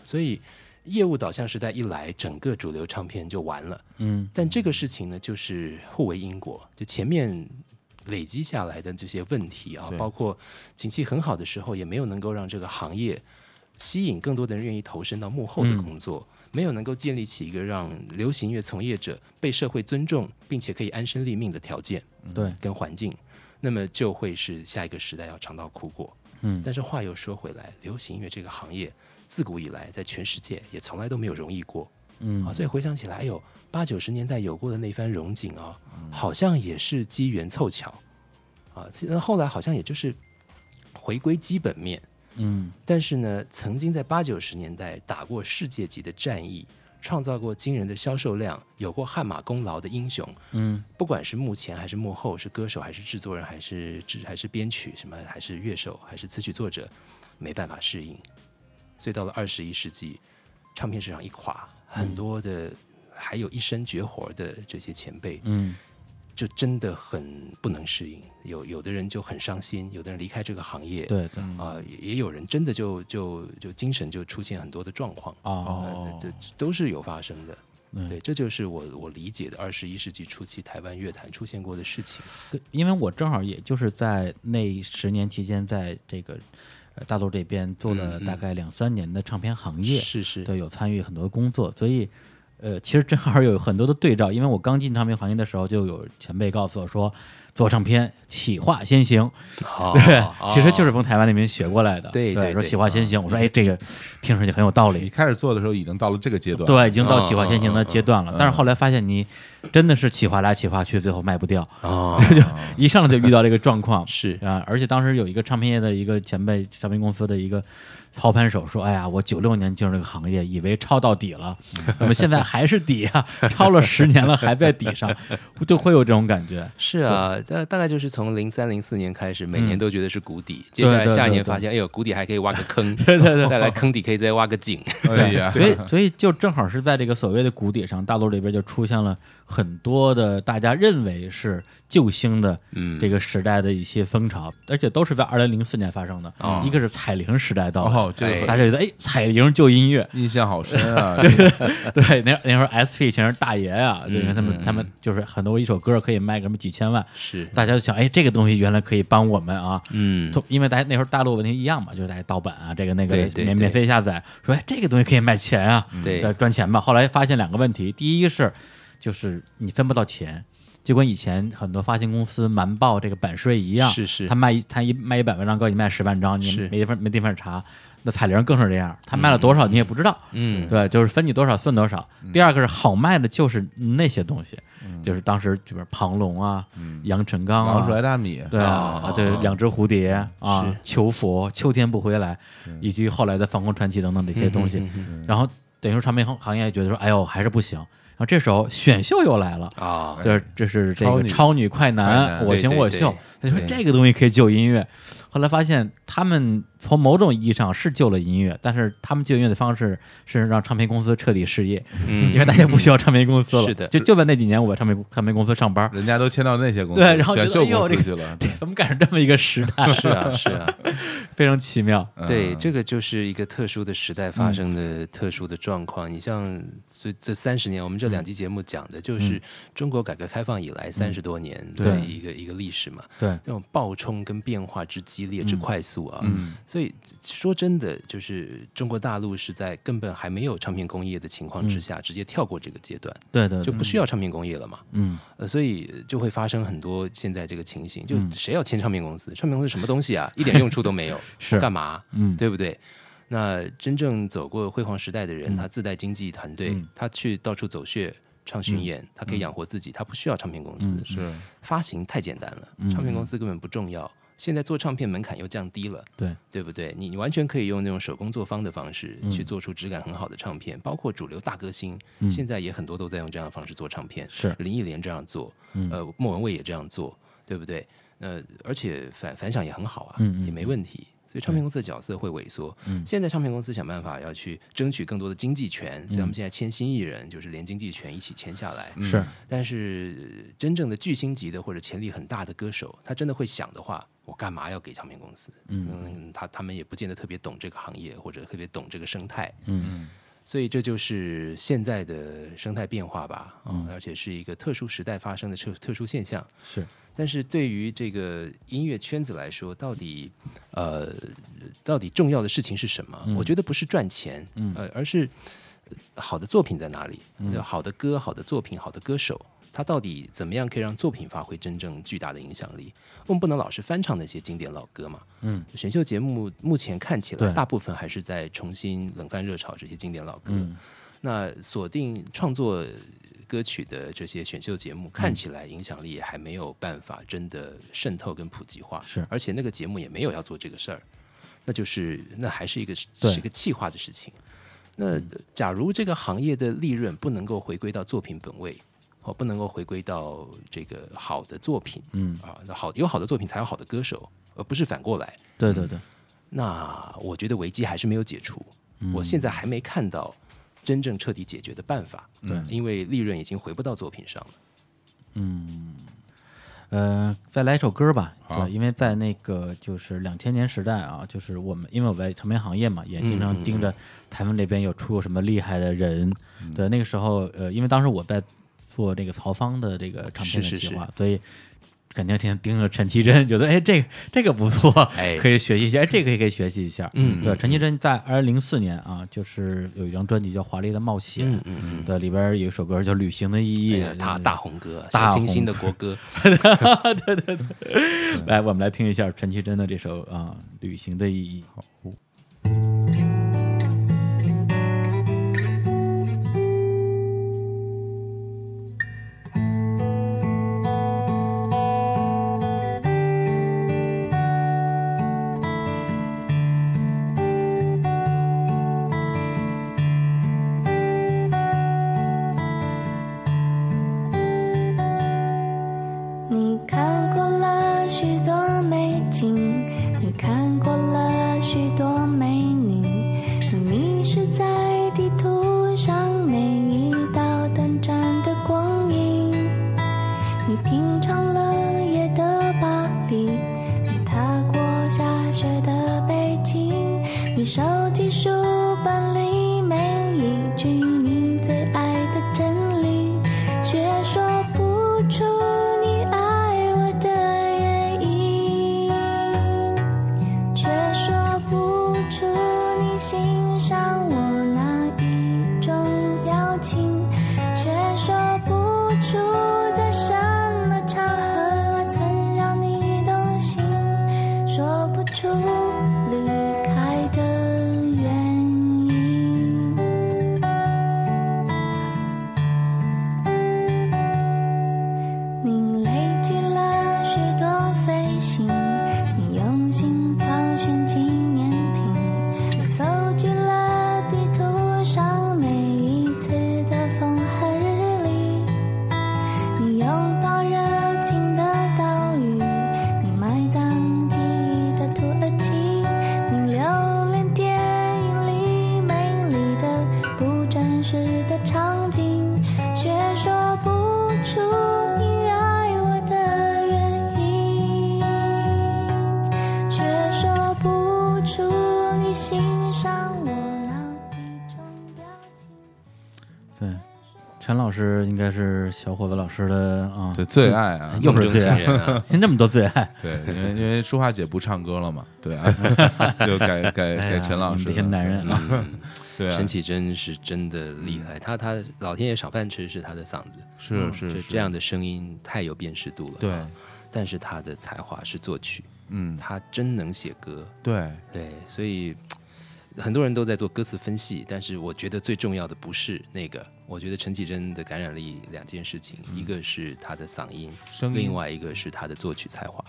所以业务导向时代一来，整个主流唱片就完了。嗯，但这个事情呢，就是互为因果，就前面累积下来的这些问题啊对，包括景气很好的时候，也没有能够让这个行业吸引更多的人愿意投身到幕后的工作，没有能够建立起一个让流行乐从业者被社会尊重，并且可以安身立命的条件对，跟环境，那么就会是下一个时代要尝到苦果。嗯但是话又说回来，流行音乐这个行业自古以来在全世界也从来都没有容易过。嗯啊，所以回想起来，哎呦，八九十年代有过的那番荣景啊，嗯好像也是机缘凑巧啊。其实后来好像也就是回归基本面，嗯但是呢，曾经在八九十年代打过世界级的战役，创造过惊人的销售量，有过汗马功劳的英雄，嗯，不管是幕前还是幕后，是歌手还是制作人，还是制还是编曲什么，还是乐手还是词曲作者，没办法适应。所以到了二十一世纪，唱片市场一垮，很多的还有一身绝活的这些前辈，嗯就真的很不能适应。有有的人就很伤心，有的人离开这个行业，对对啊、也也有人真的就就就精神就出现很多的状况。呃哦嗯哦这这都是有发生的。对，这就是我我理解的二十一世纪初期台湾乐坛出现过的事情。对因为我正好也就是在那十年期间，在这个呃大陆这边做了嗯嗯大概两三年的唱片行业，是是，对，有参与很多工作，所以呃，其实正好有很多的对照，因为我刚进唱片行业的时候，就有前辈告诉我说，做唱片企划先行，好对，好其实就是从台湾那边学过来的，哦对，对对说对哦企划先行，我说哎，这个听上去很有道你理。开始做的时候已经到了这个阶段，，对，已经到嗯企划先行的阶段了，但是后来发现你真的是企划来企划去，最后卖不掉，哦，一上来 就遇到这个状况， 是啊，而且当时有一个唱片业的一个前辈，唱片公司的一个操盘手说：“哎呀，我九六年进入这个行业，以为抄到底 了，怎么现在还是底啊？抄了十年了，还在底上，就会有这种感觉。是啊，大大概就是从零三零四年开始，每年都觉得是谷底，接嗯对下来对下一对年对发现，哎呦，谷底还可以挖个坑，对对对，再来坑底可以再挖个井，哎呀， 所以，所以就正好是在这个所谓的谷底上，大陆这边就出现了很多的大家认为是救星的嗯这个时代的一些风潮，而且都是在二零零四年发生的。一个是彩铃时代到来，哦，这个哎大家觉得哎，彩铃救音乐，印象好深 啊，对，那那时候 SP 全是大爷啊，就因为他们他们就是很多一首歌可以卖个什么几千万，是，大家就想，哎，这个东西原来可以帮我们啊。嗯，从因为大家那时候大陆问题一样嘛，就是大家盗版啊，这个那个对对免对嗯免费下载，说哎这个东西可以卖钱啊，对对，赚钱吧。后来发现两个问题，第一是就是你分不到钱，就跟以前很多发行公司瞒报这个版税一样，是是他卖一他一卖一百万张，告诉你卖十万张，你是没法没地方查。那彩铃更是这样，他卖了多少你也不知道，嗯对，就是分你多少算多少。第二个是好卖的，就是那些东西，嗯就是当时就是庞龙啊、杨臣刚啊、狼出来大 米，对啊，对，两只蝴蝶啊哦是，求佛，秋天不回来，以及后来的防空传奇等等这嗯些东西，然后等于说唱片行行业觉得说，哎呦，还是不行。然后这时候选秀又来了。啊，就是这是这超个女超女快快男，男我对行对我对秀。他就说对这个东西可以救音乐，后来发现他们从某种意义上是救了音乐，但是他们救音乐的方式是让唱片公司彻底失业，嗯因为大家不需要唱片公司了。是的就就在那几年，我在唱片唱片公司上班，人家都签到那些公司，对然后觉选得秀公哎司呦去了，对怎么赶上这么一个时代？是啊是啊，非常奇妙。对，这个就是一个特殊的时代嗯发生的特殊的状况。你像这这三十年，我们这嗯两期节目讲的就是中国改革开放以来三十多年的对一个一个历史嘛，对，这种暴冲跟变化之激烈嗯之快速啊，所以说真的，就是中国大陆是在根本还没有唱片工业的情况嗯之下，直接跳过这个阶段，对对，就对不需要唱片工业了嘛。嗯，呃，所以就会发生很多现在这个情形，就嗯谁要签唱片公司？唱片公司什么东西啊？一点用处都没有， 是干嘛？嗯对不对？那真正走过辉煌时代的嗯人，他自带经纪团队，他去到处走穴。唱巡嗯演，他可以养活自己，他不需要唱片公司。是发行太简单了，嗯唱片公司根本不重要。现在做唱片门槛又降低了，对嗯对不对？你你完全可以用那种手工作坊的方式去做出质感很好的唱片，包括主流大歌星，现在也很多都在用这样的方式做唱片，是林忆莲这样做，呃，莫文蔚也这样做，对不对？呃，而且反反响也很好啊，也没问题。所以唱片公司的角色会萎缩。现在唱片公司想办法要去争取更多的经济权，所以他们现在签新艺人，就是连经济权一起签下来。是但是呃真正的巨星级的或者潜力很大的歌手，他真的会想的话，我干嘛要给唱片公司？嗯，他他们也不见得特别懂这个行业或者特别懂这个生态。嗯，所以这就是现在的生态变化吧，嗯，而且是一个特殊时代发生的特特殊现象。是，但是对于这个音乐圈子来说，到底呃，到底重要的事情是什么？我觉得不是赚钱，呃，而是呃好的作品在哪里，好的歌、好的作品、好的歌手。它到底怎么样可以让作品发挥真正巨大的影响力？我们不能老是翻唱那些经典老歌嘛。嗯，选秀节目目前看起来，对大部分还是在重新冷饭热炒这些经典老歌。嗯那锁定创作歌曲的这些选秀节目，看起来影响力也还没有办法真的渗透跟普及化。是而且那个节目也没有要做这个事儿，那就是那还是一个对是一个气化的事情。那嗯假如这个行业的利润不能够回归到作品本位，哦，不能够回归到这个好的作品，嗯啊，那好有好的作品才有好的歌手，而不是反过来。对对对，那我觉得危机还是没有解除，嗯我现在还没看到真正彻底解决的办法，嗯对因为利润已经回不到作品上了。呃，再来一首歌吧，好对，因为在那个就是两千年时代啊，就是我们因为我在唱片行业嘛，也经嗯常盯着台湾那边有出过什么厉害的人，嗯对，那个时候呃，因为当时我在做这个曹芳的这个唱片是的是计划，所以。肯定天天盯着陈绮贞，觉得哎，这个这个不错，哎可以学习一下，哎，这个也可以学习一下。嗯对，陈绮贞在二零零四年啊，就是有一张专辑叫《华丽的冒险》，嗯嗯嗯，对，里边有一首歌叫《旅行的意哎义呀》，大大红歌，大小清新红的国 歌，来，我们来听一下陈绮贞的这首啊、旅行的意义》。你看过了许多美景，你看过了许多美女，你迷失在地图上每一道短暂的光影。你品尝了夜的巴黎，你踏过下雪的北京，你收集书本里每一句你最爱的真理，却说不出你爱我的原因，却说不出你欣赏我哪一种表情，却说不出在什么场合我曾让你动心，说不出离开的原因。你累积了许多飞行，你用心挑选纪念品，你搜集了地图上每一次的风和日丽，你拥抱热情的岛屿，你埋葬记忆的土耳其，你留恋电影里美丽的不真实的场景，却说不出你爱我的原因，却说不出你欣赏我哪一种表情。对，陈老师应该是小伙子老师的啊，对，最爱 啊，又是梦中最情爱，人啊，您这么多最爱，对，因为因为舒华姐不唱歌了嘛，对 啊，就改改哎呀改陈老你们师了，这些男人啊，对啊陈，绮贞是真的厉害，她她老天爷赏饭吃是她的嗓子，嗯是是就是这样，的声音太有辨识度了。啊对，但是她的才华是作曲，嗯，她真能写歌，对，对，所以很多人都在做歌词分析，但是我觉得最重要的不是那个，我觉得陈绮贞的感染力两件事情，一个是她的嗓音，嗯声音另外一个是她的作曲才华。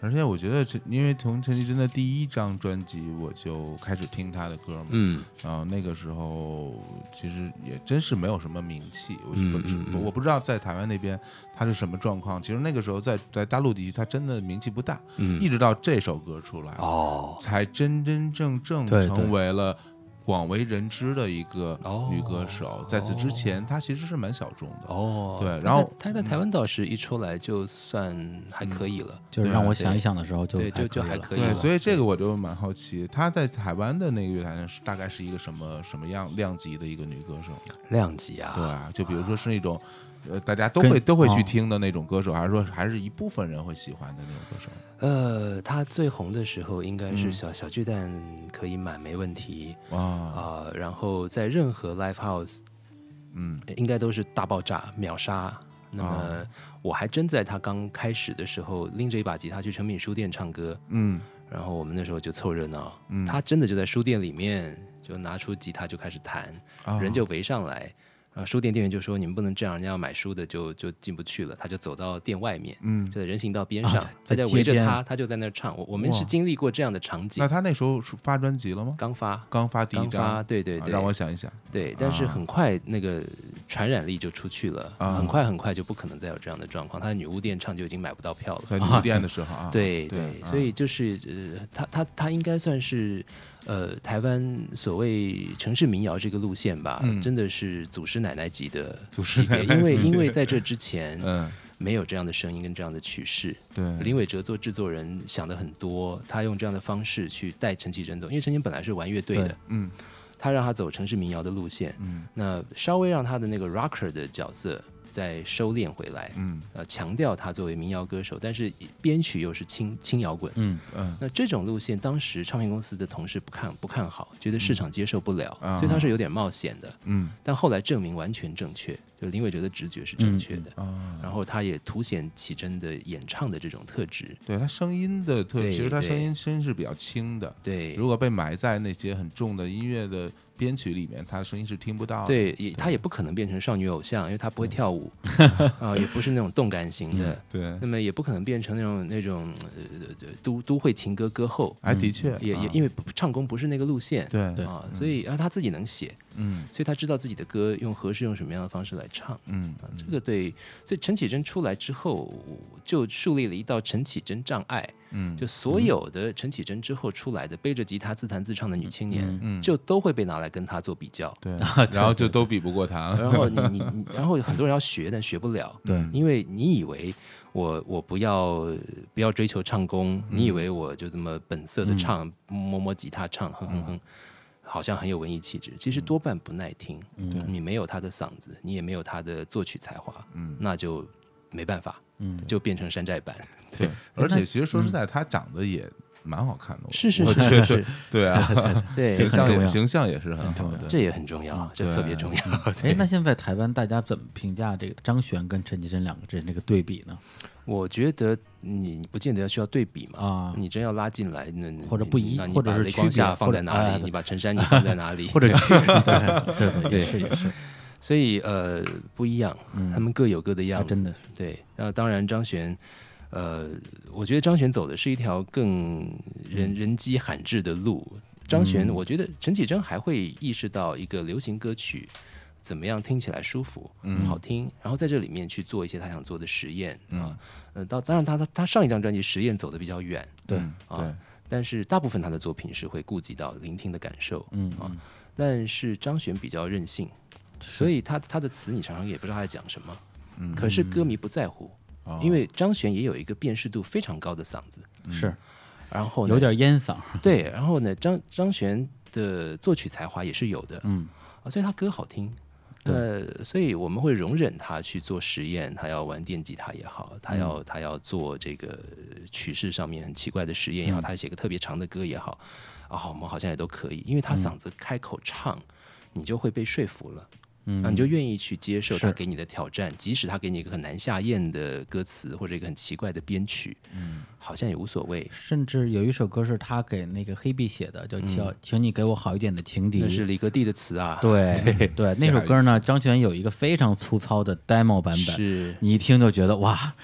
而且我觉得陈，因为从陈绮贞的第一张专辑我就开始听她的歌嘛，嗯然后啊那个时候其实也真是没有什么名气，我嗯不知嗯嗯我不知道在台湾那边她是什么状况。其实那个时候在在大陆地区她真的名气不大，嗯一直到这首歌出来，哦，才真真正正对对成为了广为人知的一个哦女歌手。在此之前，她其实是蛮小众的。哦，对他然后嗯在他在台湾倒是一出来就算还可以了，就是让我想一想的时候就对就就还可可以以对，了，所以这个我就蛮好奇，她在台湾的那个乐坛上是大概是一个什么什么样量级的一个女歌手？量级啊，对啊，就比如说是那种，呃，大家都跟会都会哦去听的那种歌手，还是说还是一部分人会喜欢的那种歌手？呃，他最红的时候应嗯该是小、小巨蛋可以买没问题啊，啊、然后在任何 live house 嗯啊应该都是大爆炸秒杀。那么我还真在他刚开始的时候拎着一把吉他去诚品书店唱歌，嗯然后我们那时候就凑热闹，嗯，他真的就在书店里面就拿出吉他就开始弹，啊人就围上来。呃，书店店员就说：“你们不能这样，人家要买书的就就进不去了。”他就走到店外面，嗯，就在人行道边啊上，在大在家街围着边他，他就在那儿唱。我我们哇是经历过这样的场景那，他那时候是发专辑了吗？刚发刚发第一刚张，发，对对啊对，让我想一想，对，但是啊很快那个传染力就出去了，啊很快很快就不可能再有这样的状况。他在女巫店唱就已经买不到票了。 在旅店的时候啊，对对对，啊所以就是呃，他他他应该算是，呃，台湾所谓城市民谣这个路线吧，嗯真的是祖师奶奶级的祖师级别奶奶因为级因为在这之前 嗯，没有这样的声音跟这样的曲式，对，林伟哲做制作人想的很多，他用这样的方式去带陈绮贞走，因为陈绮贞本来是玩乐队对的，嗯他让他走城市民谣的路线，嗯那稍微让他的那个 rocker 的角色再收敛回来，嗯呃，强调他作为民谣歌手，但是编曲又是轻轻摇滚。嗯，嗯那这种路线，当时唱片公司的同事不看不看好，觉得市场接受不了，嗯啊所以他是有点冒险的。嗯但后来证明完全正确，就林伟哲的直觉是正确的。啊，然后他也凸显启真的演唱的这种特质。对他声音的特，对其实他对声音声音是比较轻的，对，如果被埋在那些很重的音乐的编曲里面，他的声音是听不到的。对，也他也不可能变成少女偶像，因为他不会 跳舞，啊、也不是那种动感型的。对，那么也不可能变成那种那种呃都都会情歌歌后，哎，的确，嗯也也啊因为不唱功不是那个路线，对对啊，所以然后他自己能写，嗯所以他知道自己的歌用合适用什么样的方式来唱。嗯啊，这个对，所以陈绮贞出来之后，我就树立了一道陈绮贞障碍，嗯，就所有的陈绮贞之后出来的背着吉他自弹自唱的女青年，嗯就都会被拿来跟她做比较。 对，然后就都比不过他 了。然后你你你，然后很多人要学，但学不了。 对因为你以为我我不要不要追求唱功，嗯你以为我就这么本色的唱，摸摸吉他唱，哼哼嗯哼，好像很有文艺气质，其实多半不耐听。嗯你没有他的嗓子，你也没有他的作曲才华，嗯那就没办法，嗯就变成山寨版。对，而且其实说实在，他长得也蛮好看的，我是是我是觉得是，对啊，对形，象很重也要形象也是很好的。这也很重啊要，这特别重要。 哎，那现在台湾大家怎么评价这个张悬跟陈绮贞两个之间这个对比呢？我觉得你不见得要需要对比嘛， 啊你真要拉进来，那或者不一那你或者把是雷区光别下放或者在哪哎里？你把陈珊妮放在哪 里？或者区别对对对，对也是也是， 所以呃不一样，他们各有各的样 还嗯啊哎子。真的对，那当然张悬，呃，我觉得张悬走的是一条更人嗯人迹罕至的路。张悬，我觉得陈绮贞还会意识到一个流行歌曲怎么样听起来舒服、嗯好听，然后在这里面去做一些他想做的实验啊。呃，当当然他他他上一张专辑实验走的比较远，对嗯啊，但是大部分他的作品是会顾及到聆听的感受，嗯啊，但是张悬比较任性，所以他他的词你常常也不知道他在讲什么，可是歌迷不在乎，哦因为张悬也有一个辨识度非常高的嗓子，是然后呢有点烟嗓，对，然后呢张张悬的作曲才华也是有的，嗯啊，所以他歌好听。呃，所以我们会容忍他去做实验，他要玩电吉他也好，他要、他要做这个曲式上面很奇怪的实验也好，他写个特别长的歌也好，啊，我们好像也都可以，因为他嗓子开口唱，你就会被说服了。啊，你就愿意去接受他给你的挑战，即使他给你一个很难下咽的歌词或者一个很奇怪的编曲，嗯，好像也无所谓。甚至有一首歌是他给那个黑碧写的，叫叫请你给我好一点的情敌那，是李格弟的词啊， 对对，那首歌呢，张悬有一个非常粗糙的 demo 版本，是你一听就觉得哇，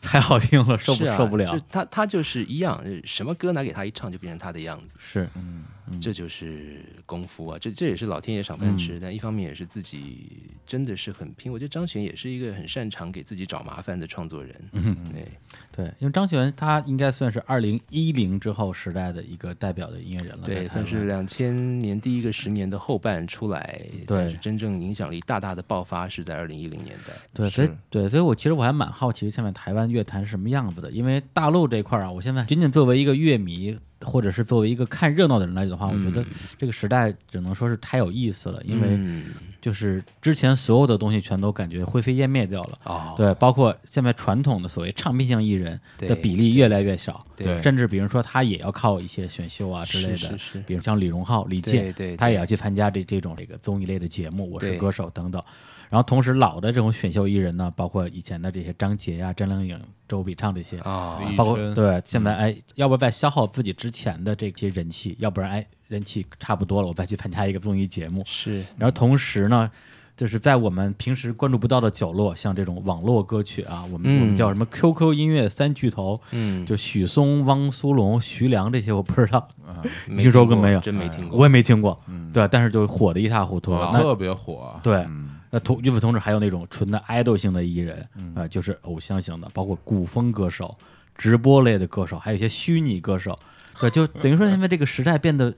太好听了，受不是啊受不了就，他他就是一样，呃什么歌拿给他一唱就变成他的样子，是嗯嗯这就是功夫啊！这这也是老天爷赏饭吃，但一方面也是自己己真的是很拼。我觉得张悬也是一个很擅长给自己找麻烦的创作人。嗯，对，对，因为张悬他应该算是二零一零之后时代的一个代表的音乐人了，在对，台算湾是两千年第一个十年的后半出来，但是对真正影响力大大的爆发是在二零一零年代。对，所以是对，所以我其实我还蛮好奇现在台湾乐坛是什么样子的，因为大陆这块儿啊，我现在仅仅作为一个乐迷，或者是作为一个看热闹的人来讲的话，我觉得这个时代只能说是太有意思了，因为嗯，就是之前所有的东西全都感觉灰飞烟灭掉了。哦，对，包括现在传统的所谓唱片型艺人的对比例越来越少，对甚至比如说他也要靠一些选秀啊之类的，是是是比如像李荣浩、李健，对对他也要去参加这这种这个综艺类的节目，《我是对歌手》等等。然后同时老的这种选秀艺人呢，包括以前的这些张杰呀、张靓颖、周笔畅这些，啊嗯李宇包括春对现在哎，要不在消耗自己之前的这些人气，要不然哎人气差不多了，我再去参加一个综艺节目，是然后同时呢，就是在我们平时关注不到的角落，像这种网络歌曲啊，我们、嗯我们叫什么 QQ 音乐三巨头，嗯就许嵩、汪苏泷、徐良这些，我不知道，啊没听说过没有？真没听过。嗯哦我也没听过，对吧？但是就火的一塌糊涂。啊那特别火，对，嗯那同与此同时，还有那种纯的爱豆型的艺人，啊、就是偶像型的，包括古风歌手、直播类的歌手，还有一些虚拟歌手，对，就等于说现在这个时代变得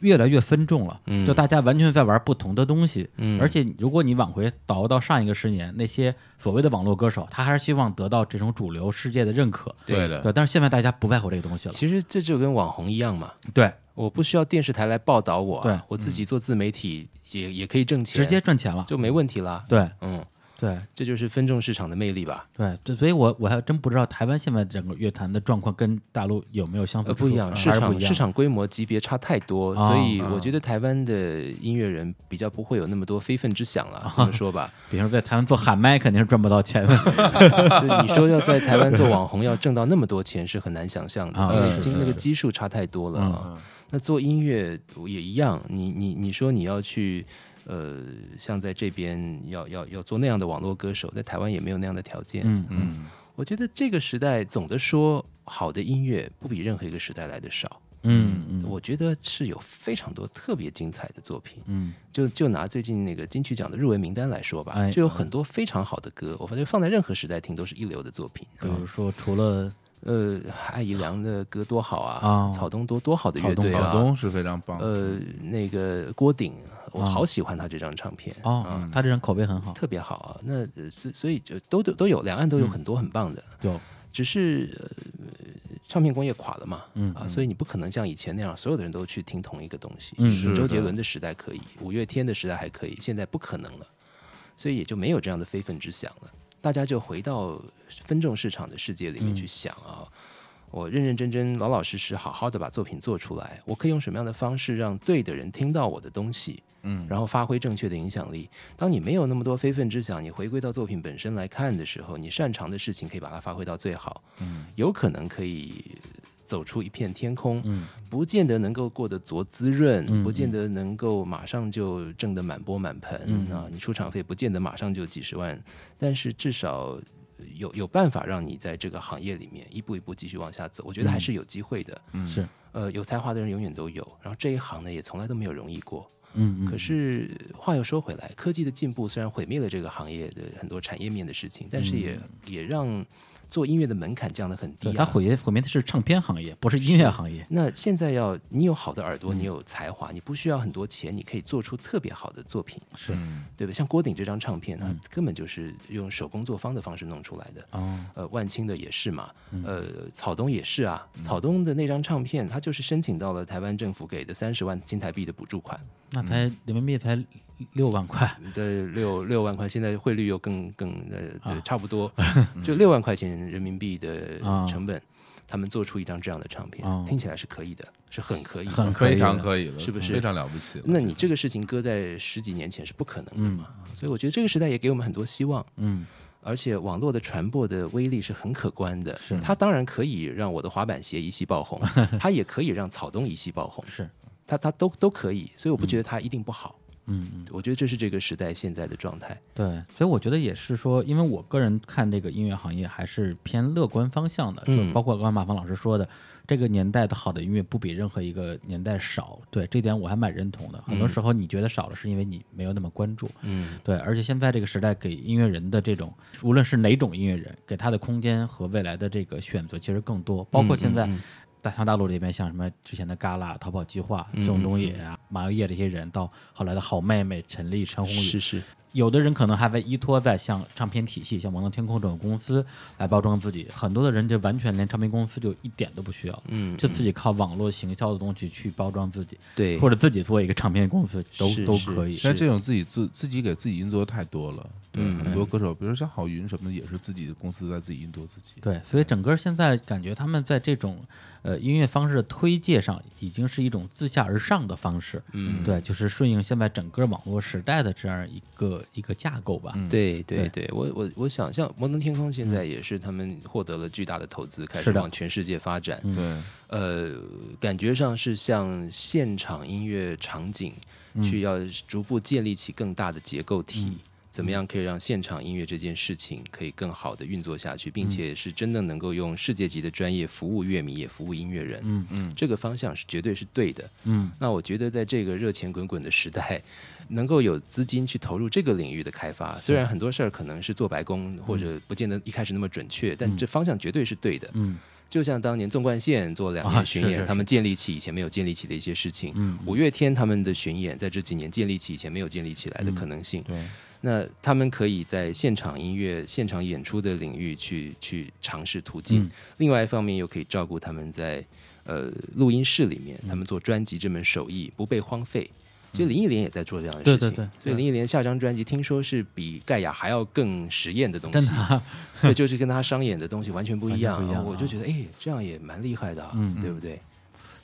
越来越分众了，嗯就大家完全在玩不同的东西，而且如果你往回倒到上一个十年，那些所谓的网络歌手，他还是希望得到这种主流世界的认可，对对，的，但是现在大家不在乎这个东西了，其实这就跟网红一样嘛，对，我不需要电视台来报道我啊，对嗯我自己做自媒体也也可以挣钱，直接赚钱了，就没问题啦。对嗯，对，这就是分众市场的魅力吧。对，这所以我我还真不知道台湾现在整个乐坛的状况跟大陆有没有相呃，似之处，啊不一样，市哦还是不场一样。市场规模级别差太多，啊所以我觉得台湾的音乐人比较不会有那么多非分之想 了。这么说吧，比如说在台湾做喊麦肯定是赚不到 钱的，就你说要在台湾做网红要挣到那么多钱是很难想象嗯啊的，因为已是经是那个基数差太多了嗯啊。那做音乐也一样，你你你说你要去。呃，像在这边要要要做那样的网络歌手，在台湾也没有那样的条件。啊嗯嗯，我觉得这个时代总的说，好的音乐不比任何一个时代来的少。嗯嗯我觉得是有非常多特别精彩的作品。嗯，就就拿最近那个金曲奖的入围名单来说吧，哎就有很多非常好的歌，我发觉放在任何时代听都是一流的作品。比如说除了呃，艾怡良的歌多好啊，啊草东多多好的草乐东啊队小啊，东是非常棒，呃，那个郭顶，我好喜欢他这张唱片，哦，他这人口碑很好，特别好啊。那呃所所以就都都都有，两岸都有很多很棒的，有只是、呃、唱片工业垮了嘛，啊，所以你不可能像以前那样，所有的人都去听同一个东西。是周杰的伦的时代可以，五月天的时代还可以，现在不可能了，所以也就没有这样的非分之想了。大家就回到分众市场的世界里面去想啊，我认认真真、老老实实、好好的把作品做出来，我可以用什么样的方式让对的人听到我的东西，嗯，然后发挥正确的影响力。当你没有那么多非分之想，你回归到作品本身来看的时候，你擅长的事情可以把它发挥到最好，嗯，有可能可以走出一片天空，嗯，不见得能够过得多滋润，不见得能够马上就挣得满钵满盆、啊，你出场费不见得马上就几十万，但是至少有有办法让你在这个行业里面一步一步继续往下走，我觉得还是有机会的。是呃，有才华的人永远都有，然后这一行呢也从来都没有容易过。嗯嗯可是话又说回来，科技的进步虽然毁灭了这个行业的很多产业面的事情，但是也、也让做音乐的门槛降得很低、嗯对，啊。他毁灭毁灭的是唱片行业，不是音乐行业，那现在要你有好的耳嗯朵，你有才华，你不需要很多钱，你可以做出特别好的作品，是嗯嗯对吧？像郭顶这张唱片，它根本就是用手工作坊的方式弄出来的。哦，嗯呃，万青的也是嘛，呃，草东也是啊。草东的那张唱片，他就是申请到了台湾政府给的三十万新台币的补助款，那才人民币才六万块，的六六万块，现在汇率又更更呃，对，差 不多，就六万块钱人民币的啊成本，他们做出一张这样的唱片哦，听起来是可以的，是很可以的，很可以非的常可以了，是不是非常了不起了？那你这个事情搁在十几年前是不可能的嘛，所以我觉得这个时代也给我们很多希望，嗯，而且网络的传播的威力是很可观的，是它当然可以让我的滑板鞋一夕 爆红，它也可以让草东一夕爆红，是它它都都可以，所以我不觉得它一定不好，嗯，我觉得这是这个时代现在的状态。对，所以我觉得也是说，因为我个人看这个音乐行业还是偏乐观方向的，就嗯包括刚刚马峰老师说的，这个年代的好的音乐不比任何一个年代少，对这点我还蛮认同的。很多时候你觉得少了，是因为你没有那么关注，嗯，对，而且现在这个时代给音乐人的这种，无论是哪种音乐人，给他的空间和未来的这个选择其实更多，包嗯括现在大像大陆这边，像什么之前的旮旯、淘宝计划、嗯宋冬野啊、马友友这些人，到后来的好妹妹陈丽、陈鸿宇，是是，有的人可能还会依托在像唱片体系，像网络天空这种公司来包装自己，很多的人就完全连唱片公司就一点都不需要，嗯就自己靠网络行销的东西去包装自己，对，或者者自己做一个唱片公司都是都是可以，但这种自己自自己给自己运作太多了，对嗯很多歌手，比如像郝云什么的，也是自己的公司在自己运作自己。对，所以整个现在感觉他们在这种呃音乐方式的推介上，已经是一种自下而上的方式。嗯，对，就是顺应现在整个网络时代的这样一个一个架构吧。嗯，对对对对，我我我想像摩登天空现在也是他们获得了巨大的嗯投资，开是始的往全世界发展。对，呃，感觉上是向现场音乐场景去要逐步建立起更大的结构体，怎么样可以让现场音乐这件事情可以更好的运作下去，并且是真的能够用世界级的专业服务乐迷，也服务音乐人。嗯嗯，这个方向是绝对是对的。嗯，那我觉得在这个热钱滚滚的时代， 能够有资金去投入这个领域的开发，虽然很多事儿可能是做白工或者不见得一开始那么准确，但这方向绝对是对的。嗯，就像当年纵贯线做两啊年巡是演，是嗯他们建立起以前没有建立起的一些事情。五月天他们的巡演在这几年建立起以前没有建立起嗯来的可能性。对，那他们可以在现场音乐、现场演出的领域去去尝试途径。嗯另外一方面，又可以照顾他们在呃录音室里面，嗯他们做专辑这门手艺不被荒废。其实林忆莲也在做这样的对事情，嗯对对所以林忆莲下张专辑听说是比盖亚还要更实验的东真西的，啊， 对，就是跟他商演的东西完全不一样。完全不一样啊我就觉得，哎，这样也蛮厉害的、啊，嗯对不对？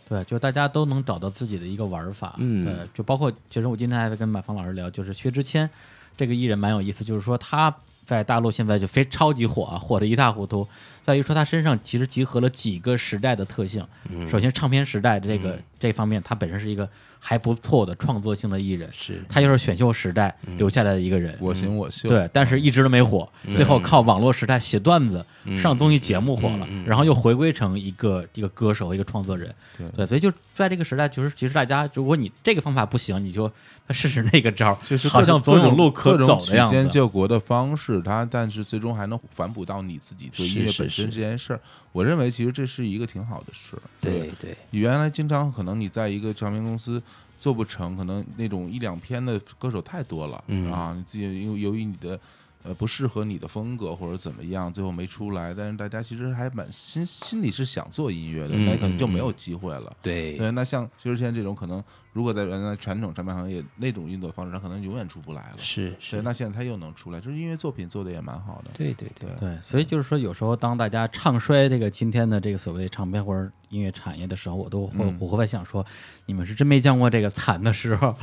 对，就是大家都能找到自己的一个玩法。嗯对，就包括其实我今天还在跟马芳老师聊，就是薛之谦这个艺人蛮有意思，就是说他。在大陆现在就非超级火啊，火的一塌糊涂，在于说他身上其实集合了几个时代的特性。嗯首先，唱片时代的这个、这方面，他本身是一个还不错的创作性的艺人，是嗯他又是选秀时代留下来的一个人。我行我秀。对，但是一直都没火，嗯最后靠网络时代写段子、上综艺节目火嗯了，然后又回归成一个一个歌手、一个创作人。对，所以就在这个时代，就是其实大家，如果你这个方法不行，你就试试那个招儿，就是好像总有路可各种走曲的样线子。救国的方式，它但是最终还能反哺到你自己做音乐是是本身是这件事儿。我认为其实这是一个挺好的事儿。对对，原来经常可能你在一个唱片公司做不成，可能那种一两篇的歌手太多了、嗯啊，你自己由由于你的呃不适合你的风格或者怎么样，最后没出来。但是大家其实还蛮心心里是想做音乐的，嗯那可能就没有嗯机会了。对对，那像薛之谦这种，可能如果在原来传统唱片行业那种运作方式，他可能永远出不来了。是对，是，那现在他又能出来，就是音乐作品做的也蛮好的。对对对，对，所以就是说，有时候当大家唱衰这个今天的这个所谓唱片或者音乐产业的时候，我都会、嗯我会在想说，你们是真没见过这个惨的时候。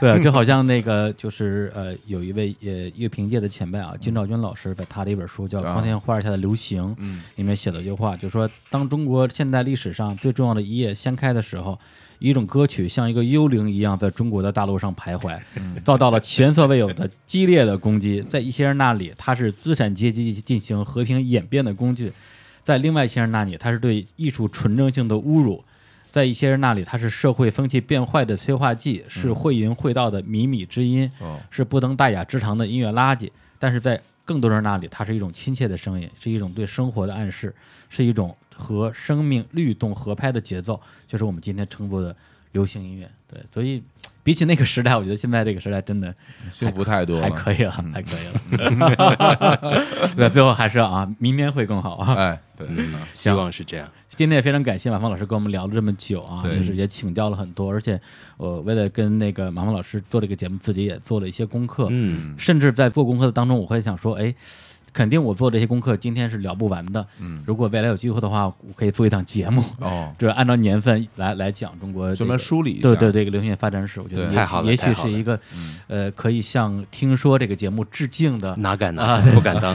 对，就好像那个就是呃，有一位呃乐评界的前辈啊，金兆军老师在他的一本书叫《光天化日下的流行》嗯里面写了一句话，就说当中国现代历史上最重要的一页掀开的时候。一种歌曲像一个幽灵一样在中国的大陆上徘徊，遭到了前所未有的激烈的攻击。在一些人那里，它是资产阶级进行和平演变的工具；在另外一些人那里，它是对艺术纯正性的侮辱；在一些人那里，它是社会风气变坏的催化剂，是会淫会道的靡靡之音，哦是不登大雅之堂的音乐垃圾。但是在更多人那里，它是一种亲切的声音，是一种对生活的暗示，是一种和生命律动合拍的节奏，就是我们今天称作的流行音乐。对，所以比起那个时代，我觉得现在这个时代真的幸福太多了，还可以了，还可以 了。对，最后还是啊，明天会更好啊。哎，对，嗯希望是这样。今天也非常感谢马峰老师跟我们聊了这么久啊，对就是也请教了很多，而且我为了跟那个马峰老师做这个节目，自己也做了一些功课，嗯，甚至在做功课的当中，我会想说，哎，肯定我做这些功课，今天是聊不完的。嗯，如果未来有机会的话，我可以做一档节目，哦，就是按照年份来来讲中国这专个门梳理一下，对对，这个流行乐发展史，我觉得对也太许好了也太许好是一个呃，可以向听说这个节目致敬的，哪敢 哪敢，不敢当。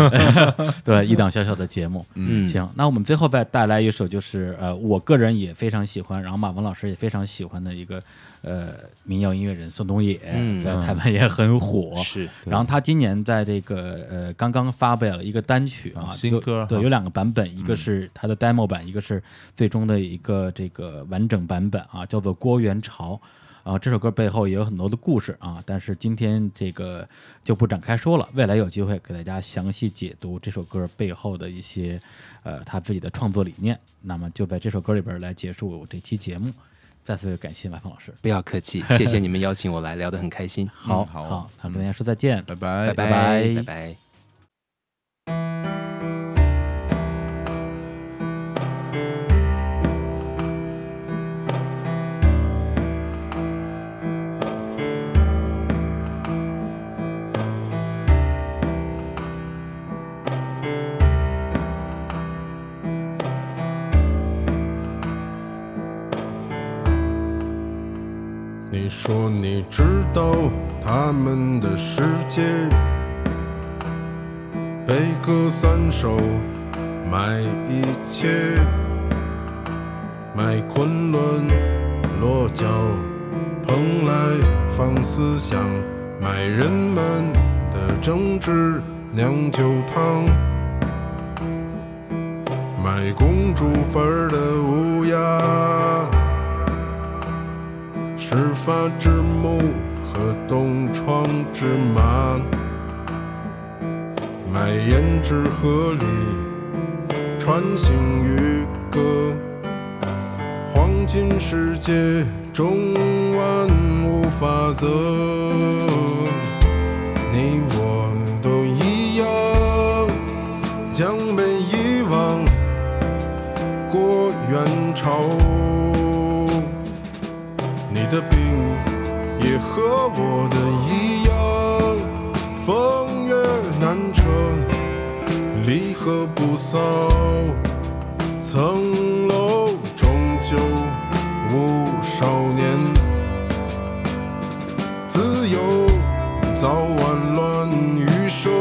对一档小小的节目。 嗯，行，那我们最后再带来一首，就是呃，我个人也非常喜欢，然后马文老师也非常喜欢的一个呃民谣音乐人宋冬野，嗯在台湾也很火。是然后他今年在这个呃刚刚发表了一个单曲啊，啊新有歌对，哈嗯有两个版本，一个是他的 demo 版，一个是最终的一个这个完整版本啊，叫做《郭元潮》。啊，这首歌背后也有很多的故事啊，但是今天这个就不展开说了，未来有机会给大家详细解读这首歌背后的一些呃他自己的创作理念。那么就在这首歌里边来结束我这期节目，再次感谢马峰老师。不要客气，谢谢你们邀请我来，聊得很开心。好，嗯好好，那跟大家说再见，拜 拜拜拜拜拜拜。你说你知道他们的世界，悲歌三首卖一切，卖昆仑落脚，蓬莱放思想，买人们的争执酿酒汤，买公主坟儿的乌鸦。始发之木和东窗之麻，买胭脂河里穿行渔歌，黄金世界中万物法则，你我都一样，将被遗忘，过元朝。你的病也和我的一样，风月难成，离合不骚，层楼终究无少年，自由早晚乱余生，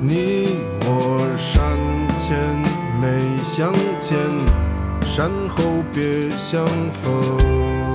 你我山前没相见。山后别相逢。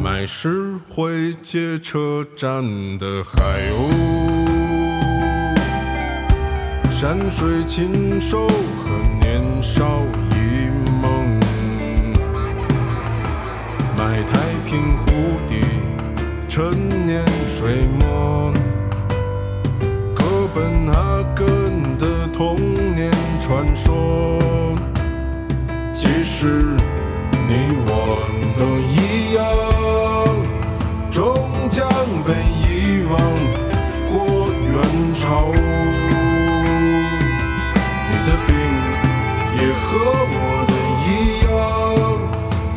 买石灰街车站的海鸥，山水禽兽和年少一梦，买太平湖底陈年水墨，哥本哈根的童年传说。其实你我被遗忘过元朝。你的病也和我的一样，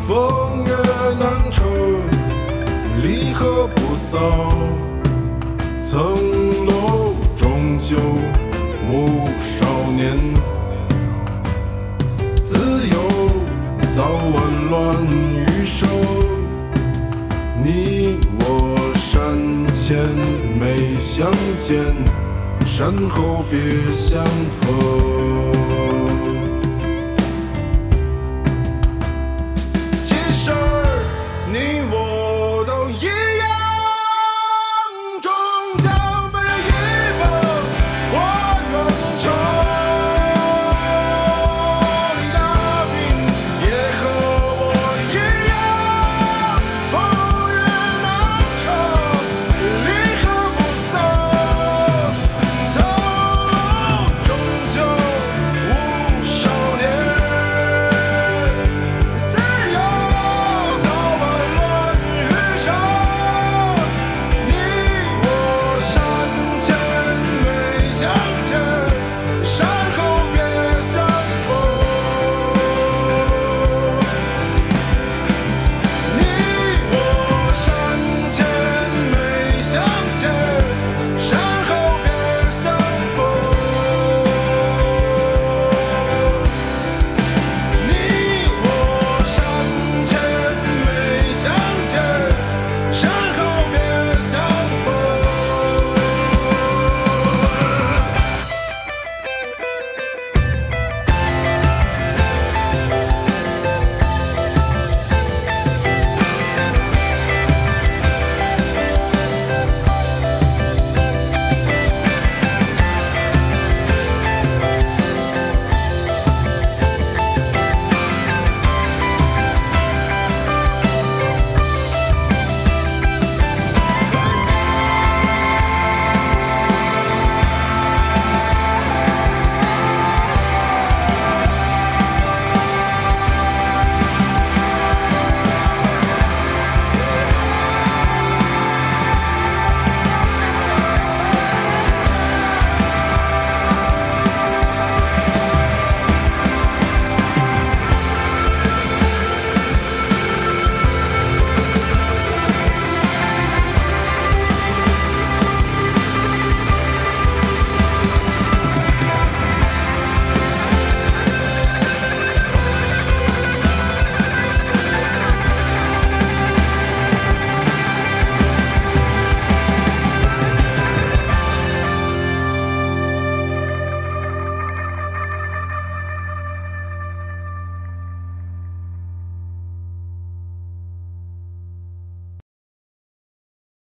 风月难酬，离合不骚。层楼终究无少年，自由早晚乱于手，你我山前没相见，山后别相逢。